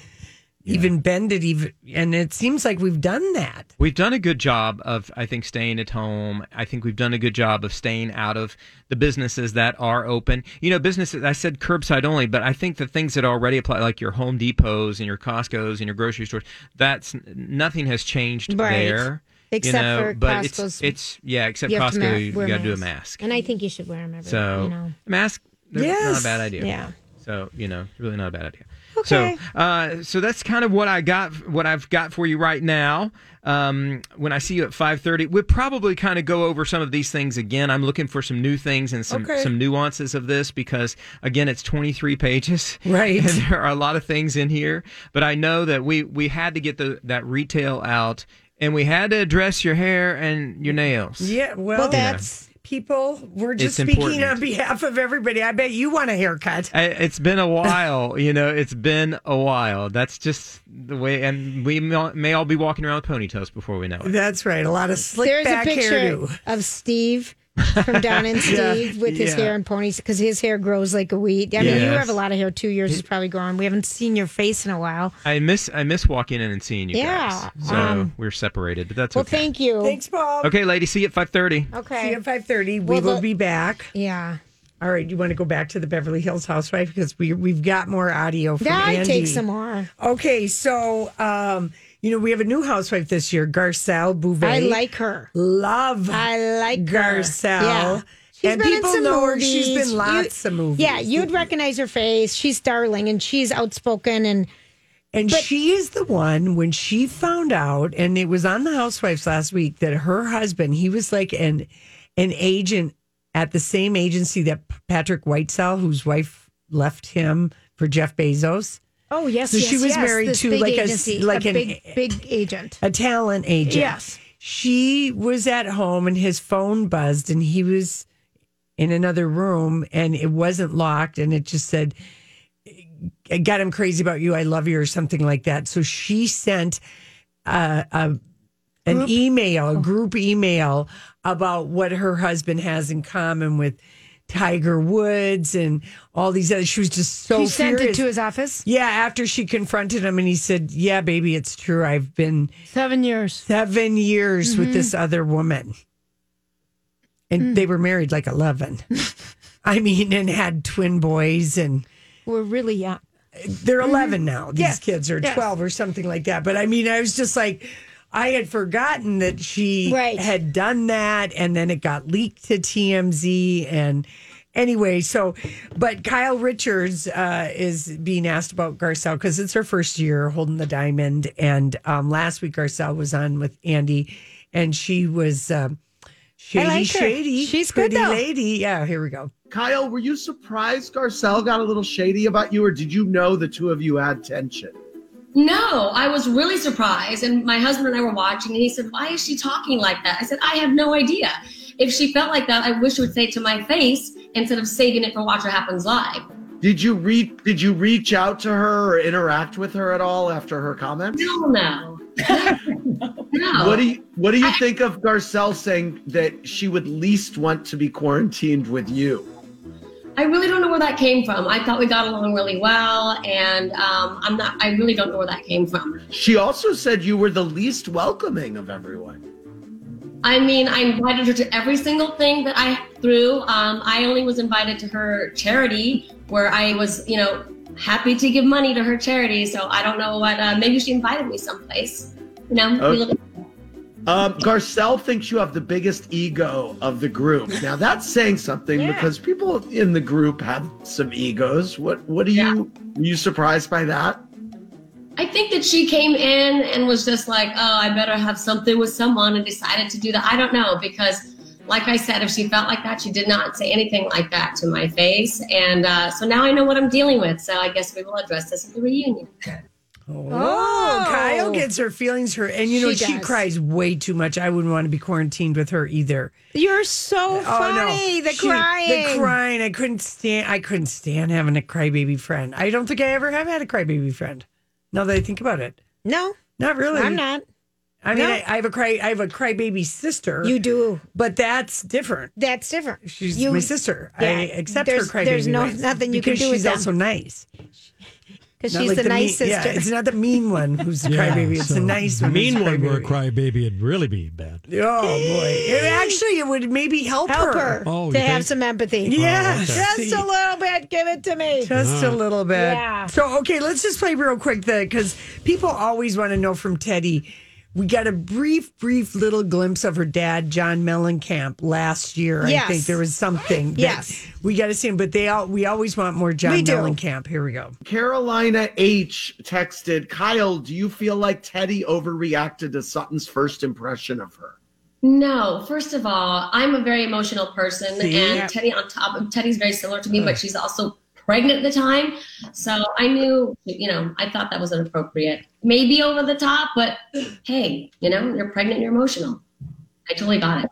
Speaker 2: even bend it. Even and it seems like we've done that.
Speaker 12: We've done a good job of, I think, staying at home. I think we've done a good job of staying out of the businesses that are open. You know, businesses, I said curbside only, but I think the things that already apply, like your Home Depots and your Costco's and your grocery stores, that's nothing has changed
Speaker 3: Right.
Speaker 12: there. you
Speaker 3: Except
Speaker 12: know,
Speaker 3: for
Speaker 12: but
Speaker 3: Costco's-
Speaker 12: It's, it's, yeah, except
Speaker 3: You have to ma-
Speaker 12: Costco, you
Speaker 3: wear
Speaker 12: got to do a
Speaker 3: masks.
Speaker 12: mask.
Speaker 3: And I think you should wear them every
Speaker 12: So
Speaker 3: you know.
Speaker 12: mask, they're not
Speaker 3: Yes.
Speaker 12: a bad idea.
Speaker 3: Yeah.
Speaker 12: So you know, it's really not a bad idea.
Speaker 3: Okay.
Speaker 12: So, uh, so that's kind of what I got, what I've got for you right now. Um, when I see you at five thirty, we'll probably kind of go over some of these things again. I'm looking for some new things and some
Speaker 13: Okay.
Speaker 12: some nuances of this because again, it's 23 pages, [LAUGHS]
Speaker 2: Right.
Speaker 12: And there are a lot of things in here. But I know that we we had to get the that retail out, and we had to address your hair and your nails.
Speaker 2: Yeah. Well,
Speaker 12: You know.
Speaker 2: that's people. We're
Speaker 12: It's
Speaker 2: just speaking
Speaker 12: important.
Speaker 2: on behalf of everybody. I bet you want a haircut.
Speaker 12: I- It's been a while, you know. It's been a while. That's just the way, and we may may all be walking around with ponytails before we know it.
Speaker 2: That's right. A lot of slick
Speaker 3: There's
Speaker 2: back
Speaker 3: a picture
Speaker 2: hairdo.
Speaker 3: of
Speaker 12: [LAUGHS]
Speaker 3: Steve from Don and
Speaker 2: Yeah.
Speaker 3: Steve with his
Speaker 2: Yeah.
Speaker 3: hair and ponies because his hair grows like a weed. I mean, you
Speaker 12: Yes.
Speaker 3: have a lot of hair too. Yours is probably gone. We haven't seen your face in a while.
Speaker 12: I miss, I miss walking in and seeing you
Speaker 3: Yeah,
Speaker 12: guys. So
Speaker 3: um,
Speaker 12: we're separated, but that's
Speaker 3: well,
Speaker 12: okay.
Speaker 3: thank you.
Speaker 2: Thanks, Bob.
Speaker 12: okay, lady. See you at five thirty.
Speaker 3: Okay.
Speaker 2: See you at five thirty. We
Speaker 3: Well,
Speaker 2: will
Speaker 3: the-
Speaker 2: be back.
Speaker 3: Yeah.
Speaker 2: All right. You want to go back to the Beverly Hills Housewife because we we've got more audio from
Speaker 3: That
Speaker 2: Andy.
Speaker 3: takes some more.
Speaker 2: Okay, so um, you know we have a new housewife this year, Garcelle Bouvet.
Speaker 3: I like her.
Speaker 2: Love.
Speaker 3: I like her.
Speaker 2: Garcelle.
Speaker 3: Yeah. She's
Speaker 2: and
Speaker 3: been in
Speaker 2: people
Speaker 3: some
Speaker 2: know her.
Speaker 3: movies.
Speaker 2: she's been
Speaker 3: You-
Speaker 2: lots of movies.
Speaker 3: Yeah, you'd recognize her face. She's darling and she's outspoken and
Speaker 2: And
Speaker 3: But-
Speaker 2: she is the one when she found out, and it was on the Housewives last week that her husband, he was like an an agent at the same agency that Patrick Whitesell, whose wife left him for Jeff Bezos.
Speaker 3: Oh yes,
Speaker 2: So she
Speaker 3: yes, yes,
Speaker 2: was married
Speaker 3: this
Speaker 2: to
Speaker 3: big
Speaker 2: like a s-
Speaker 3: agency,
Speaker 2: like
Speaker 3: a
Speaker 2: an-
Speaker 3: big big agent.
Speaker 2: a talent agent.
Speaker 3: Yes.
Speaker 2: She was at home and his phone buzzed and he was in another room and it wasn't locked and it just said, I got him crazy about you. I love you or something like that. So she sent uh, a an email,
Speaker 3: Oh.
Speaker 2: a group email about what her husband has in common with Tiger Woods and all these other. She was just so
Speaker 3: She sent it
Speaker 2: furious.
Speaker 3: to his office?
Speaker 2: Yeah, after she confronted him and he said, "Yeah, baby, it's true. I've been
Speaker 3: seven years,
Speaker 2: seven years with
Speaker 3: Mhm.
Speaker 2: this other woman, and they were married like eleven. [LAUGHS] I mean, and had twin boys and."
Speaker 3: We're really young.
Speaker 2: they're
Speaker 6: Mm-hmm.
Speaker 2: 11 now these
Speaker 3: Yes.
Speaker 2: kids are
Speaker 3: Yes.
Speaker 2: 12 or something like that but i mean i was just like i had forgotten that she
Speaker 3: Right.
Speaker 2: had done that and then it got leaked to tmz and anyway so but kyle richards uh, is being asked about garcelle because it's her first year holding the diamond and um, last week garcelle was on with andy and she was um, shady
Speaker 6: liked her.
Speaker 2: shady
Speaker 6: She's good,
Speaker 2: pretty
Speaker 6: though.
Speaker 2: lady yeah here we go
Speaker 6: Kyle, were you surprised Garcelle got a little shady about you, or did you know the two of you had tension?
Speaker 13: No, I was really surprised. And my husband and I were watching, and he said, Why is she talking like that? I said, I have no idea. If she felt like that, I wish she would say it to my face instead of saving it for Watch What Happens Live.
Speaker 6: Did you re- did you reach out to her or interact with her at all after her comments?
Speaker 13: No, no. No.
Speaker 6: [LAUGHS] What do you what do you think of Garcelle saying that she would least want to be quarantined with you?
Speaker 13: I really don't know where that came from. I thought we got along really well, and um, I'm not. I really don't know where that came from.
Speaker 6: She also said you were the least welcoming of everyone.
Speaker 13: I mean, I invited her to every single thing that I threw. Um, I only was invited to her charity, where I was, you know, happy to give money to her charity. So I don't know what. Uh, maybe she invited me someplace. You know, we
Speaker 6: Okay.
Speaker 13: look-
Speaker 6: Um, Garcelle thinks you have the biggest ego of the group. Now that's saying something
Speaker 13: Yeah.
Speaker 6: because people in the group have some egos. What what do you were you surprised by that?
Speaker 13: I think that she came in and was just like, oh, I better have something with someone, and decided to do that. I don't know because. Like I said, if she felt like that, she did not say anything like that to my face. And uh, so now I know what I'm dealing with. So I guess we will address this at the reunion.
Speaker 2: Oh, Kyle gets her feelings hurt. And you know,
Speaker 3: She
Speaker 2: she,
Speaker 3: does.
Speaker 2: cries way too much. I wouldn't want to be quarantined with her either. Oh,
Speaker 3: You're so funny. Oh, The
Speaker 2: She-
Speaker 3: crying.
Speaker 2: The crying. I couldn't stand I couldn't stand having a crybaby friend. I don't think I ever have had a crybaby friend. Now that I think about it.
Speaker 3: No.
Speaker 2: Not really.
Speaker 3: I'm not.
Speaker 2: I mean,
Speaker 3: No.
Speaker 2: I, I have a cry I have a crybaby sister.
Speaker 3: You do.
Speaker 2: But that's different.
Speaker 3: That's different.
Speaker 2: She's
Speaker 3: You-
Speaker 2: my sister. I
Speaker 3: Yeah.
Speaker 2: accept her
Speaker 3: There's-
Speaker 2: crybaby.
Speaker 3: There's no
Speaker 2: rights
Speaker 3: nothing you can
Speaker 2: because
Speaker 3: do with
Speaker 2: she's
Speaker 3: them.
Speaker 2: also nice.
Speaker 3: because
Speaker 2: Not
Speaker 3: she's
Speaker 2: like
Speaker 3: the, nice
Speaker 2: mean-
Speaker 3: sister.
Speaker 2: Yeah, it's not the mean one
Speaker 1: [LAUGHS]
Speaker 2: who's the crybaby. It's the nice one. who's
Speaker 1: Mean
Speaker 2: the
Speaker 1: one
Speaker 2: crybaby.
Speaker 1: were a crybaby, it'd really be bad.
Speaker 2: Oh boy! It actually, it would maybe help,
Speaker 3: Help her
Speaker 1: Oh, you
Speaker 3: to have
Speaker 1: think?
Speaker 3: some empathy.
Speaker 2: [LAUGHS] Yes. Oh, okay.
Speaker 3: just a little bit. Give it to me.
Speaker 2: Just a little bit.
Speaker 3: Yeah.
Speaker 2: So okay, let's just play real quick the because people always want to know from Teddy. We got a brief, brief little glimpse of her dad, John Mellencamp, last year. I
Speaker 3: Yes.
Speaker 2: think there was something. that
Speaker 3: Yes.
Speaker 2: we got to see him. But they all we always want more John
Speaker 6: We do.
Speaker 2: Mellencamp. Here we go.
Speaker 6: Carolina H texted, Kyle, do you feel like Teddy overreacted to Sutton's first impression of her?
Speaker 13: No, first of all, I'm a very emotional person,
Speaker 6: See?
Speaker 13: and Teddy on top of Teddy's very similar to me, but she's also pregnant at the time. So I knew, you know, I thought that was inappropriate. Maybe over the top, but hey, you know, you're pregnant, you're emotional. I totally got it.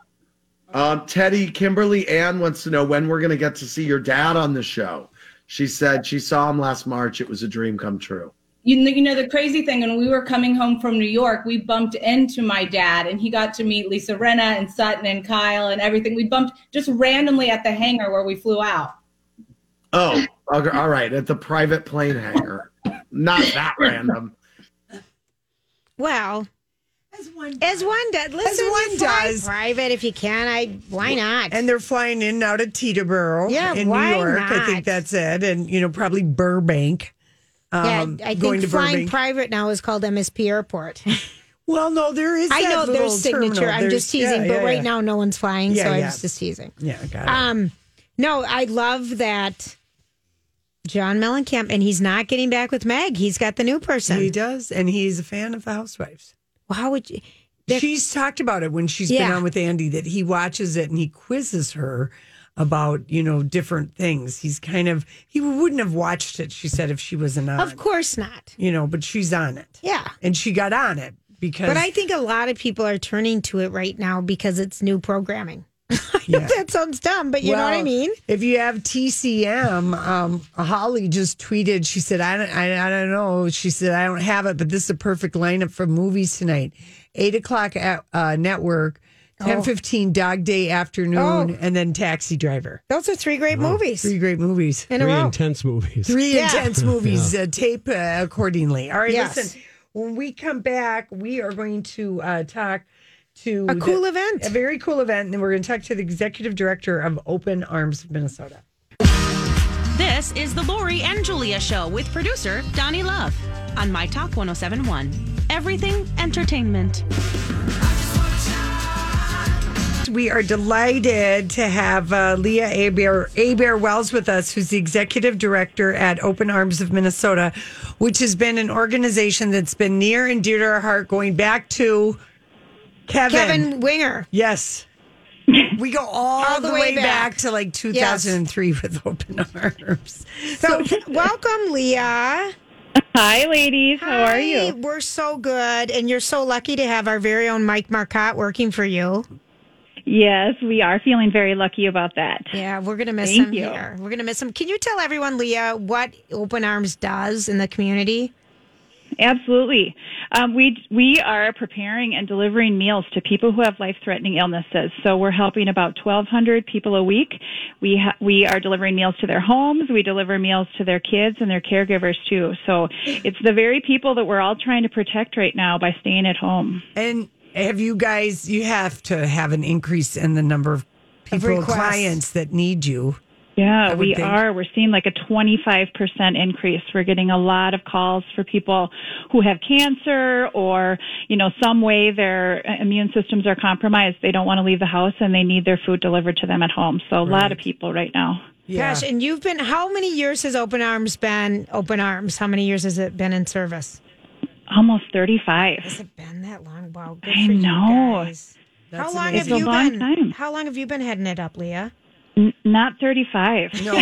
Speaker 6: Um, Teddy, Kimberly Ann wants to know when we're going to get to see your dad on the show. She said she saw him last March. It was a dream come true.
Speaker 11: You know, you know the crazy thing when we were coming home from New York, we bumped into my dad, and he got to meet Lisa Renna and Sutton and Kyle and everything. We bumped just randomly at the hangar where we flew out.
Speaker 6: Oh, [LAUGHS] okay, all right. At the private plane hangar. Not that random.
Speaker 3: Well, as one as one does. Listen,
Speaker 2: one
Speaker 3: you fly
Speaker 2: does.
Speaker 3: private if you can. I why not?
Speaker 2: And they're flying in and out of Teterboro
Speaker 3: Yeah,
Speaker 2: in
Speaker 3: why
Speaker 2: New York. I
Speaker 3: not?
Speaker 2: think that's it. And, you know, probably Burbank.
Speaker 3: yeah,
Speaker 2: Um,
Speaker 3: I
Speaker 2: going
Speaker 3: think
Speaker 2: to
Speaker 3: flying
Speaker 2: Burbank.
Speaker 3: private now is called MSP
Speaker 2: [LAUGHS]
Speaker 3: Airport.
Speaker 2: well, no, there is.
Speaker 3: I
Speaker 2: that
Speaker 3: know
Speaker 2: little
Speaker 3: there's signature.
Speaker 2: terminal.
Speaker 3: I'm
Speaker 2: There's-
Speaker 3: just teasing,
Speaker 2: yeah,
Speaker 3: but
Speaker 2: yeah,
Speaker 3: right
Speaker 2: yeah.
Speaker 3: now no one's flying,
Speaker 2: Yeah,
Speaker 3: so I
Speaker 2: yeah.
Speaker 3: was just teasing.
Speaker 2: Yeah, got it.
Speaker 3: Um, no, I love that John Mellencamp, and he's not getting back with Meg. He's got the new person.
Speaker 2: He does, and he's a fan of the Housewives.
Speaker 3: Well, how would you?
Speaker 2: She's talked about it when she's
Speaker 3: Yeah.
Speaker 2: been on with Andy that he watches it and he quizzes her about you know different things. He's kind of he wouldn't have watched it. She said if she wasn't on,
Speaker 3: Of course not.
Speaker 2: you know, but she's on it,
Speaker 3: Yeah.
Speaker 2: and she got on it because
Speaker 3: But I think a lot of people are turning to it right now because it's new programming. [LAUGHS] I know that sounds dumb, but you know what I
Speaker 2: Well,
Speaker 3: mean?
Speaker 2: If you have TCM, um, Holly just tweeted. She said, I don't, I, I don't know. She said, I don't have it, but this is a perfect lineup for movies tonight. Eight o'clock at, uh, network, ten fifteen dog day afternoon,
Speaker 3: Oh.
Speaker 2: and then taxi driver.
Speaker 3: Those are three great movies.
Speaker 2: Three great movies.
Speaker 3: In a
Speaker 14: Oh.
Speaker 3: Three row.
Speaker 1: intense movies.
Speaker 2: Three
Speaker 3: Yeah.
Speaker 2: intense movies. Uh, tape uh, accordingly. All right,
Speaker 3: Yes.
Speaker 2: listen. When we come back, we are going to uh, talk to
Speaker 3: A cool
Speaker 2: event, a very cool event, and then we're going to talk to the executive director of Open Arms of Minnesota.
Speaker 15: This is the Lori and Julia Show with producer Donnie Love on My Talk 1071. Everything entertainment.
Speaker 2: We are delighted to have uh, Leah Abear, Abear Wells with us, who's the executive director at Open Arms of Minnesota, which has been an organization that's been near and dear to our heart going back to Kevin.
Speaker 3: Kevin Winger.
Speaker 2: Yes. We go all, the, way, back. to like 2003 with Open Arms.
Speaker 3: So, welcome, Leah.
Speaker 16: Hi, ladies. How are you?
Speaker 3: We're so good, and you're so lucky to have our very own Mike Marcotte working for you.
Speaker 16: Yes, we are feeling very lucky about that.
Speaker 3: Yeah, we're gonna miss
Speaker 16: Thank
Speaker 3: him
Speaker 16: you.
Speaker 3: here. We're gonna miss him. Can you tell everyone, Leah, what Open Arms does in the community?
Speaker 16: Absolutely. Um, we we are preparing and delivering meals to people who have life-threatening illnesses. So we're helping about 1,200 people a week. We ha- we are delivering meals to their homes. We deliver meals to their kids and their caregivers too. So it's the very people that we're all trying to protect right now by staying at home.
Speaker 2: And have you guys, you have to have an increase in the number of people,
Speaker 16: requests.
Speaker 2: clients that need you. I
Speaker 16: Yeah,
Speaker 2: would
Speaker 16: we
Speaker 2: think.
Speaker 16: are. We're seeing like a 25% increase. We're getting a lot of calls for people who have cancer or, you know, some way their uh, immune systems are compromised. They don't want to leave the house and they need their food delivered to them at home. So a lot of people right now.
Speaker 3: Gosh, and you've been how many years has Open Arms been Open Arms? How many years has it been in service?
Speaker 16: Almost 35.
Speaker 3: Has it been that long? Wow. Good
Speaker 16: I
Speaker 3: for you
Speaker 16: know.
Speaker 3: guys. how long
Speaker 16: amazing.
Speaker 3: have
Speaker 16: It's
Speaker 3: you
Speaker 16: a long
Speaker 3: been? How long have you been heading it up, Leah?
Speaker 16: N- not 35.
Speaker 3: No.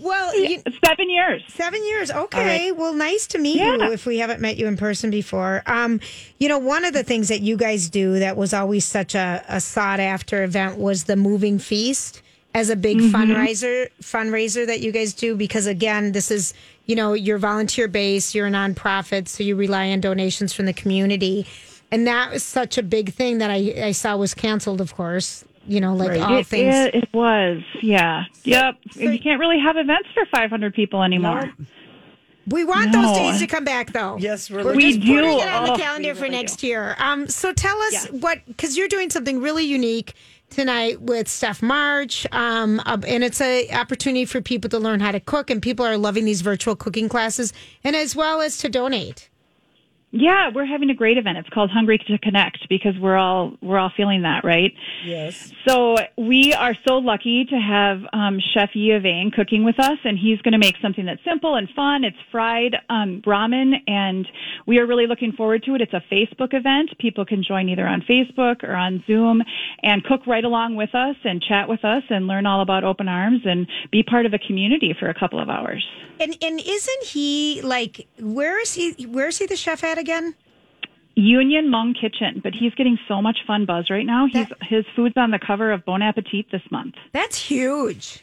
Speaker 3: well, you,
Speaker 16: seven years.
Speaker 3: Seven years. Okay. Well, nice to meet
Speaker 16: Yeah.
Speaker 3: you. If we haven't met you in person before, um, you know, one of the things that you guys do that was always such a, a sought after event was the moving feast as a big
Speaker 16: Mhm.
Speaker 3: fundraiser fundraiser that you guys do because again, this is you know your volunteer base, you're a nonprofit, so you rely on donations from the community, and that was such a big thing that I, I saw was canceled, of course. You know, like all
Speaker 16: it,
Speaker 3: things.
Speaker 16: it, it was. Yeah. Yep. And you can't really have events for 500 people anymore.
Speaker 3: We want
Speaker 16: No.
Speaker 3: those days to come back, though. Yes,
Speaker 16: we're
Speaker 3: we're
Speaker 16: looking
Speaker 3: just
Speaker 16: forward
Speaker 3: putting
Speaker 16: to
Speaker 3: it on
Speaker 16: it.
Speaker 3: the
Speaker 16: Oh,
Speaker 3: calendar
Speaker 16: we
Speaker 3: for
Speaker 16: really
Speaker 3: next year. Um, so tell us what, because you're doing something really unique tonight with Steph March, um, uh, and it's a opportunity for people to learn how to cook, and people are loving these virtual cooking classes, and as well as to donate.
Speaker 16: Yeah, we're having a great event. It's called Hungry to Connect because we're all we're all feeling that, right?
Speaker 2: Yes.
Speaker 16: So we are so lucky to have um, Chef Yavain cooking with us, and he's going to make something that's simple and fun. It's fried um, ramen, and we are really looking forward to it. It's a Facebook event. People can join either on Facebook or on Zoom and cook right along with us and chat with us and learn all about Open Arms and be part of a community for a couple of hours.
Speaker 3: And and isn't he like where is he? Where is he the chef at again?
Speaker 16: Union Hmong Kitchen, but he's getting so much fun buzz right now. He's his food's on the cover of Bon Appetit this month.
Speaker 3: That's huge.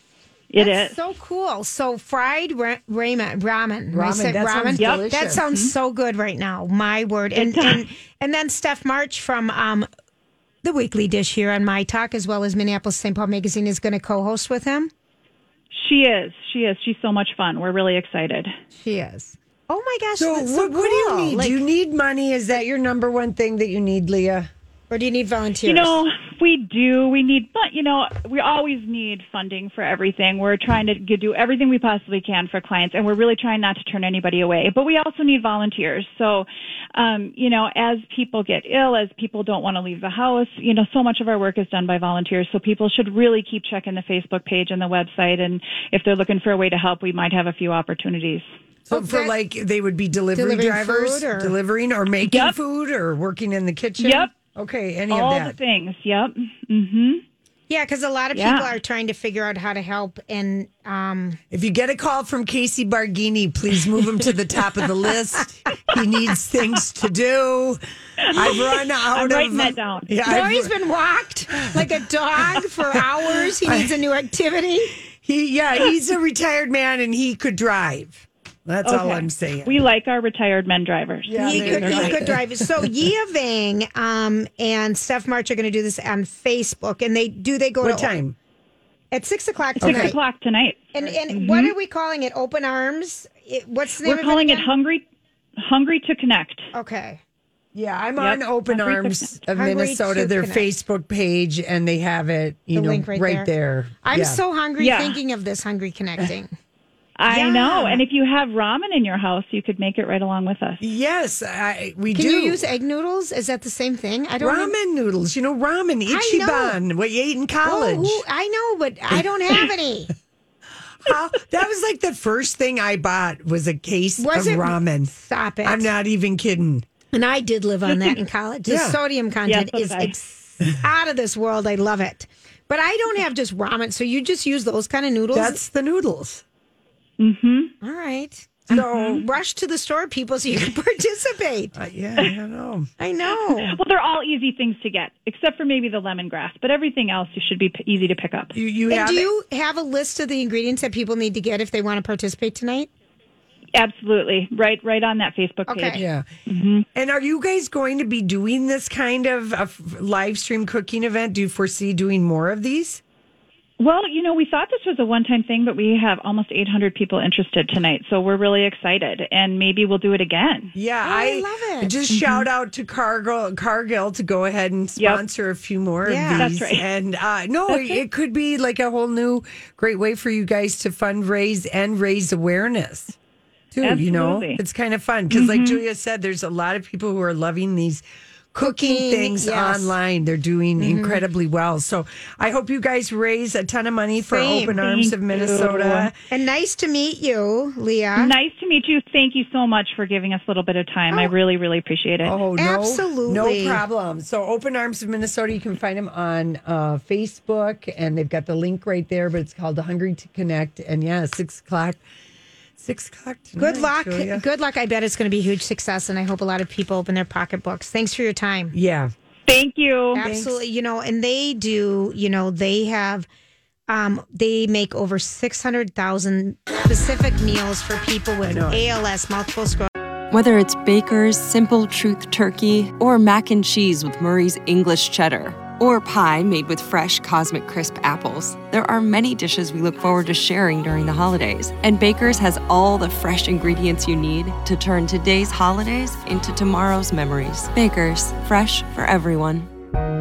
Speaker 16: It
Speaker 3: that's
Speaker 16: is.
Speaker 3: so cool. So fried ra- ramen, ramen, Am I
Speaker 16: Ramen,
Speaker 3: saying
Speaker 16: that sounds Yep. delicious.
Speaker 3: That
Speaker 2: Hmm?
Speaker 3: sounds
Speaker 16: Mhm.
Speaker 3: so good right now. My word, and
Speaker 16: does.
Speaker 3: and, and then Steph March from um, the Weekly Dish here on My Talk, as well as Minneapolis St. Paul Magazine, is going to co-host with him.
Speaker 16: she is. She is. She's so much fun. We're really excited.
Speaker 3: She is. Oh my gosh!
Speaker 2: So,
Speaker 3: that's
Speaker 2: what, what do you
Speaker 3: cool.
Speaker 2: need?
Speaker 3: Like-
Speaker 2: do you need money? Is that your number one thing that you need, Leah?
Speaker 3: Or do you need volunteers?
Speaker 16: You know, we do. We need, but you know, we always need funding for everything. We're trying to g- do everything we possibly can for clients, and we're really trying not to turn anybody away. But we also need volunteers. So, um, you know, as people get ill, as people don't want to leave the house, you know, so much of our work is done by volunteers. So people should really keep checking the Facebook page and the website. And if they're looking for a way to help, we might have a few opportunities.
Speaker 2: So for like they would be delivery
Speaker 16: Delivering
Speaker 2: drivers,
Speaker 16: food or-
Speaker 2: delivering or making food or working in the kitchen.
Speaker 16: Yep.
Speaker 2: Okay, any
Speaker 16: All
Speaker 2: of
Speaker 16: the
Speaker 2: that.
Speaker 16: things. Yep. Mm-hmm.
Speaker 3: Yeah, because a lot of
Speaker 2: Yeah.
Speaker 3: people are trying to figure out how to help. And um,
Speaker 2: If you get a call from Casey Bargini, please move him to the top of the list. He needs things to do. I've
Speaker 16: [LAUGHS]
Speaker 2: run out
Speaker 3: I'm
Speaker 2: of.
Speaker 3: writing that down. Lori's been walked like a dog
Speaker 2: [LAUGHS]
Speaker 3: for hours. He needs a new activity.
Speaker 2: He yeah, he's a retired man and he could drive. That's all
Speaker 16: Okay.
Speaker 2: I'm saying.
Speaker 16: We like our retired men drivers.
Speaker 3: he could, he could drive. [LAUGHS] So Yia Vang um, and Steph March are going to do this on Facebook, and they do they go
Speaker 2: What
Speaker 3: to
Speaker 2: time?
Speaker 3: At six o'clock.
Speaker 16: Six
Speaker 3: tonight.
Speaker 16: o'clock tonight.
Speaker 3: And and what are we calling it? Open Arms. It, what's the name?
Speaker 16: We're
Speaker 3: of
Speaker 16: calling
Speaker 3: it,
Speaker 16: it
Speaker 3: again?
Speaker 16: hungry, hungry to connect.
Speaker 3: Okay.
Speaker 2: Yeah, I'm
Speaker 16: Yep.
Speaker 2: on Open
Speaker 16: Hungry to
Speaker 2: Arms
Speaker 16: Connect.
Speaker 2: of
Speaker 16: Hungry
Speaker 2: Minnesota,
Speaker 16: to
Speaker 2: their
Speaker 16: Connect.
Speaker 2: Facebook page, and they have it, you
Speaker 3: The
Speaker 2: know,
Speaker 3: link
Speaker 2: right,
Speaker 3: right
Speaker 2: there.
Speaker 3: there.
Speaker 16: I'm
Speaker 2: Yeah.
Speaker 3: So hungry
Speaker 16: Yeah.
Speaker 3: thinking of this hungry [LAUGHS] connecting.
Speaker 16: I
Speaker 3: Yeah.
Speaker 16: know. And if you have ramen in your house, you could make it right along with us.
Speaker 2: Yes, I, we
Speaker 3: Can
Speaker 2: do.
Speaker 3: you use egg noodles? Is that the same thing? I don't.
Speaker 2: ramen noodles, you know, ramen,
Speaker 3: I know.
Speaker 2: Ichiban, what you ate in college.
Speaker 3: Oh, ooh, I know, but I don't have any.
Speaker 2: [LAUGHS] How- that was like the first thing I bought was a case
Speaker 3: Was
Speaker 2: of
Speaker 3: it?
Speaker 2: ramen.
Speaker 3: Stop it.
Speaker 2: I'm not even kidding.
Speaker 3: And I did live on that in college. The
Speaker 2: Yeah.
Speaker 3: sodium content
Speaker 16: Yeah, so
Speaker 3: is
Speaker 16: did I.
Speaker 3: ex- out of this world. I love it. But I don't have just ramen, so you just use those kind of noodles.
Speaker 2: That's the noodles.
Speaker 16: Mm-hmm.
Speaker 3: All right. Uh-huh.
Speaker 2: So
Speaker 3: Rush to the store, people, so you can [LAUGHS] participate.
Speaker 2: uh, yeah, I don't know.
Speaker 3: I know.
Speaker 16: Well, they're all easy things to get, except for maybe the lemongrass. But everything else, you should be p- easy to pick up.
Speaker 2: You you
Speaker 3: And
Speaker 2: have
Speaker 3: do you have a list of the ingredients that people need to get if they want to participate tonight?
Speaker 16: Absolutely, right, right on that Facebook
Speaker 3: Okay.
Speaker 16: page.
Speaker 2: yeah.
Speaker 3: Mm-hmm.
Speaker 2: And are you guys going to be doing this kind of a f- live stream cooking event? Do you foresee doing more of these?
Speaker 16: Well, you know, we thought this was a one-time thing, but we have almost 800 people interested tonight, so we're really excited, and maybe we'll do it again.
Speaker 2: Yeah,
Speaker 3: Oh, I love it.
Speaker 2: Just shout out to Cargill, Cargill to go ahead and
Speaker 16: Yep.
Speaker 2: sponsor a few more
Speaker 3: Yeah.
Speaker 2: of
Speaker 16: That's
Speaker 2: these.
Speaker 16: right.
Speaker 2: And uh, no, it, it could be like a whole new great way for you guys to fundraise and raise awareness. Too, you know,
Speaker 16: Absolutely.
Speaker 2: it's kind of fun because,
Speaker 3: Mm-hmm.
Speaker 2: like Julia said, there's a lot of people who are loving these cooking,
Speaker 3: Cooking,
Speaker 2: things
Speaker 3: yes. Mm-hmm.
Speaker 2: online. They're doing incredibly well. So I hope you guys raise a ton of money for
Speaker 3: Same.
Speaker 2: Open Arms of
Speaker 16: Thank
Speaker 2: Minnesota.
Speaker 3: And nice to meet you, Leah.
Speaker 16: Nice to meet you. Thank you so much for giving us a little bit of time. I really, really appreciate it.
Speaker 2: Oh, no,
Speaker 3: Absolutely.
Speaker 2: No problem. So, Open Arms of Minnesota, you can find them on uh, Facebook, and they've got the link right there, but it's called The Hungry to Connect. And yeah, six o'clock. Six o'clock. Tonight,
Speaker 3: Good luck.
Speaker 2: Julia.
Speaker 3: Good luck. I bet it's going to be a huge success, and I hope a lot of people open their pocketbooks. Thanks for your time.
Speaker 2: Yeah.
Speaker 16: Thank you.
Speaker 3: Absolutely. You know, and they do, you know, they have um they make over 600,000 specific meals for people with ALS, multiple sclerosis.
Speaker 17: Whether it's Baker's Simple Truth Turkey or mac and cheese with Murray's English Cheddar or pie made with fresh Cosmic Crisp apples, there are many dishes we look forward to sharing during the holidays. And Baker's has all the fresh ingredients you need to turn today's holidays into tomorrow's memories. Baker's, fresh for everyone.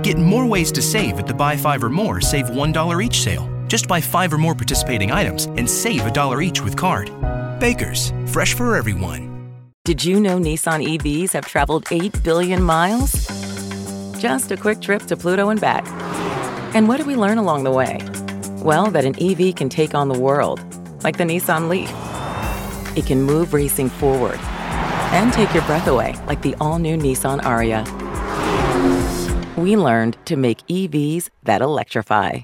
Speaker 14: Get more ways to save at the buy five or more, save $1 each sale. Just buy five or more participating items and save a dollar each with card. Baker's, fresh for everyone.
Speaker 18: Did you know Nissan EVs have traveled 8 billion miles? Just a quick trip to Pluto and back. And what did we learn along the way? Well, that an EV can take on the world, like the Nissan Leaf. It can move racing forward and take your breath away, like the all new Nissan Aria. We learned to make EVs that electrify.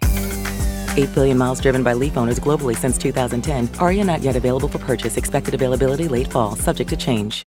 Speaker 18: 8 billion miles driven by Leaf owners globally since 2010. Aria not yet available for purchase. Expected availability late fall, subject to change.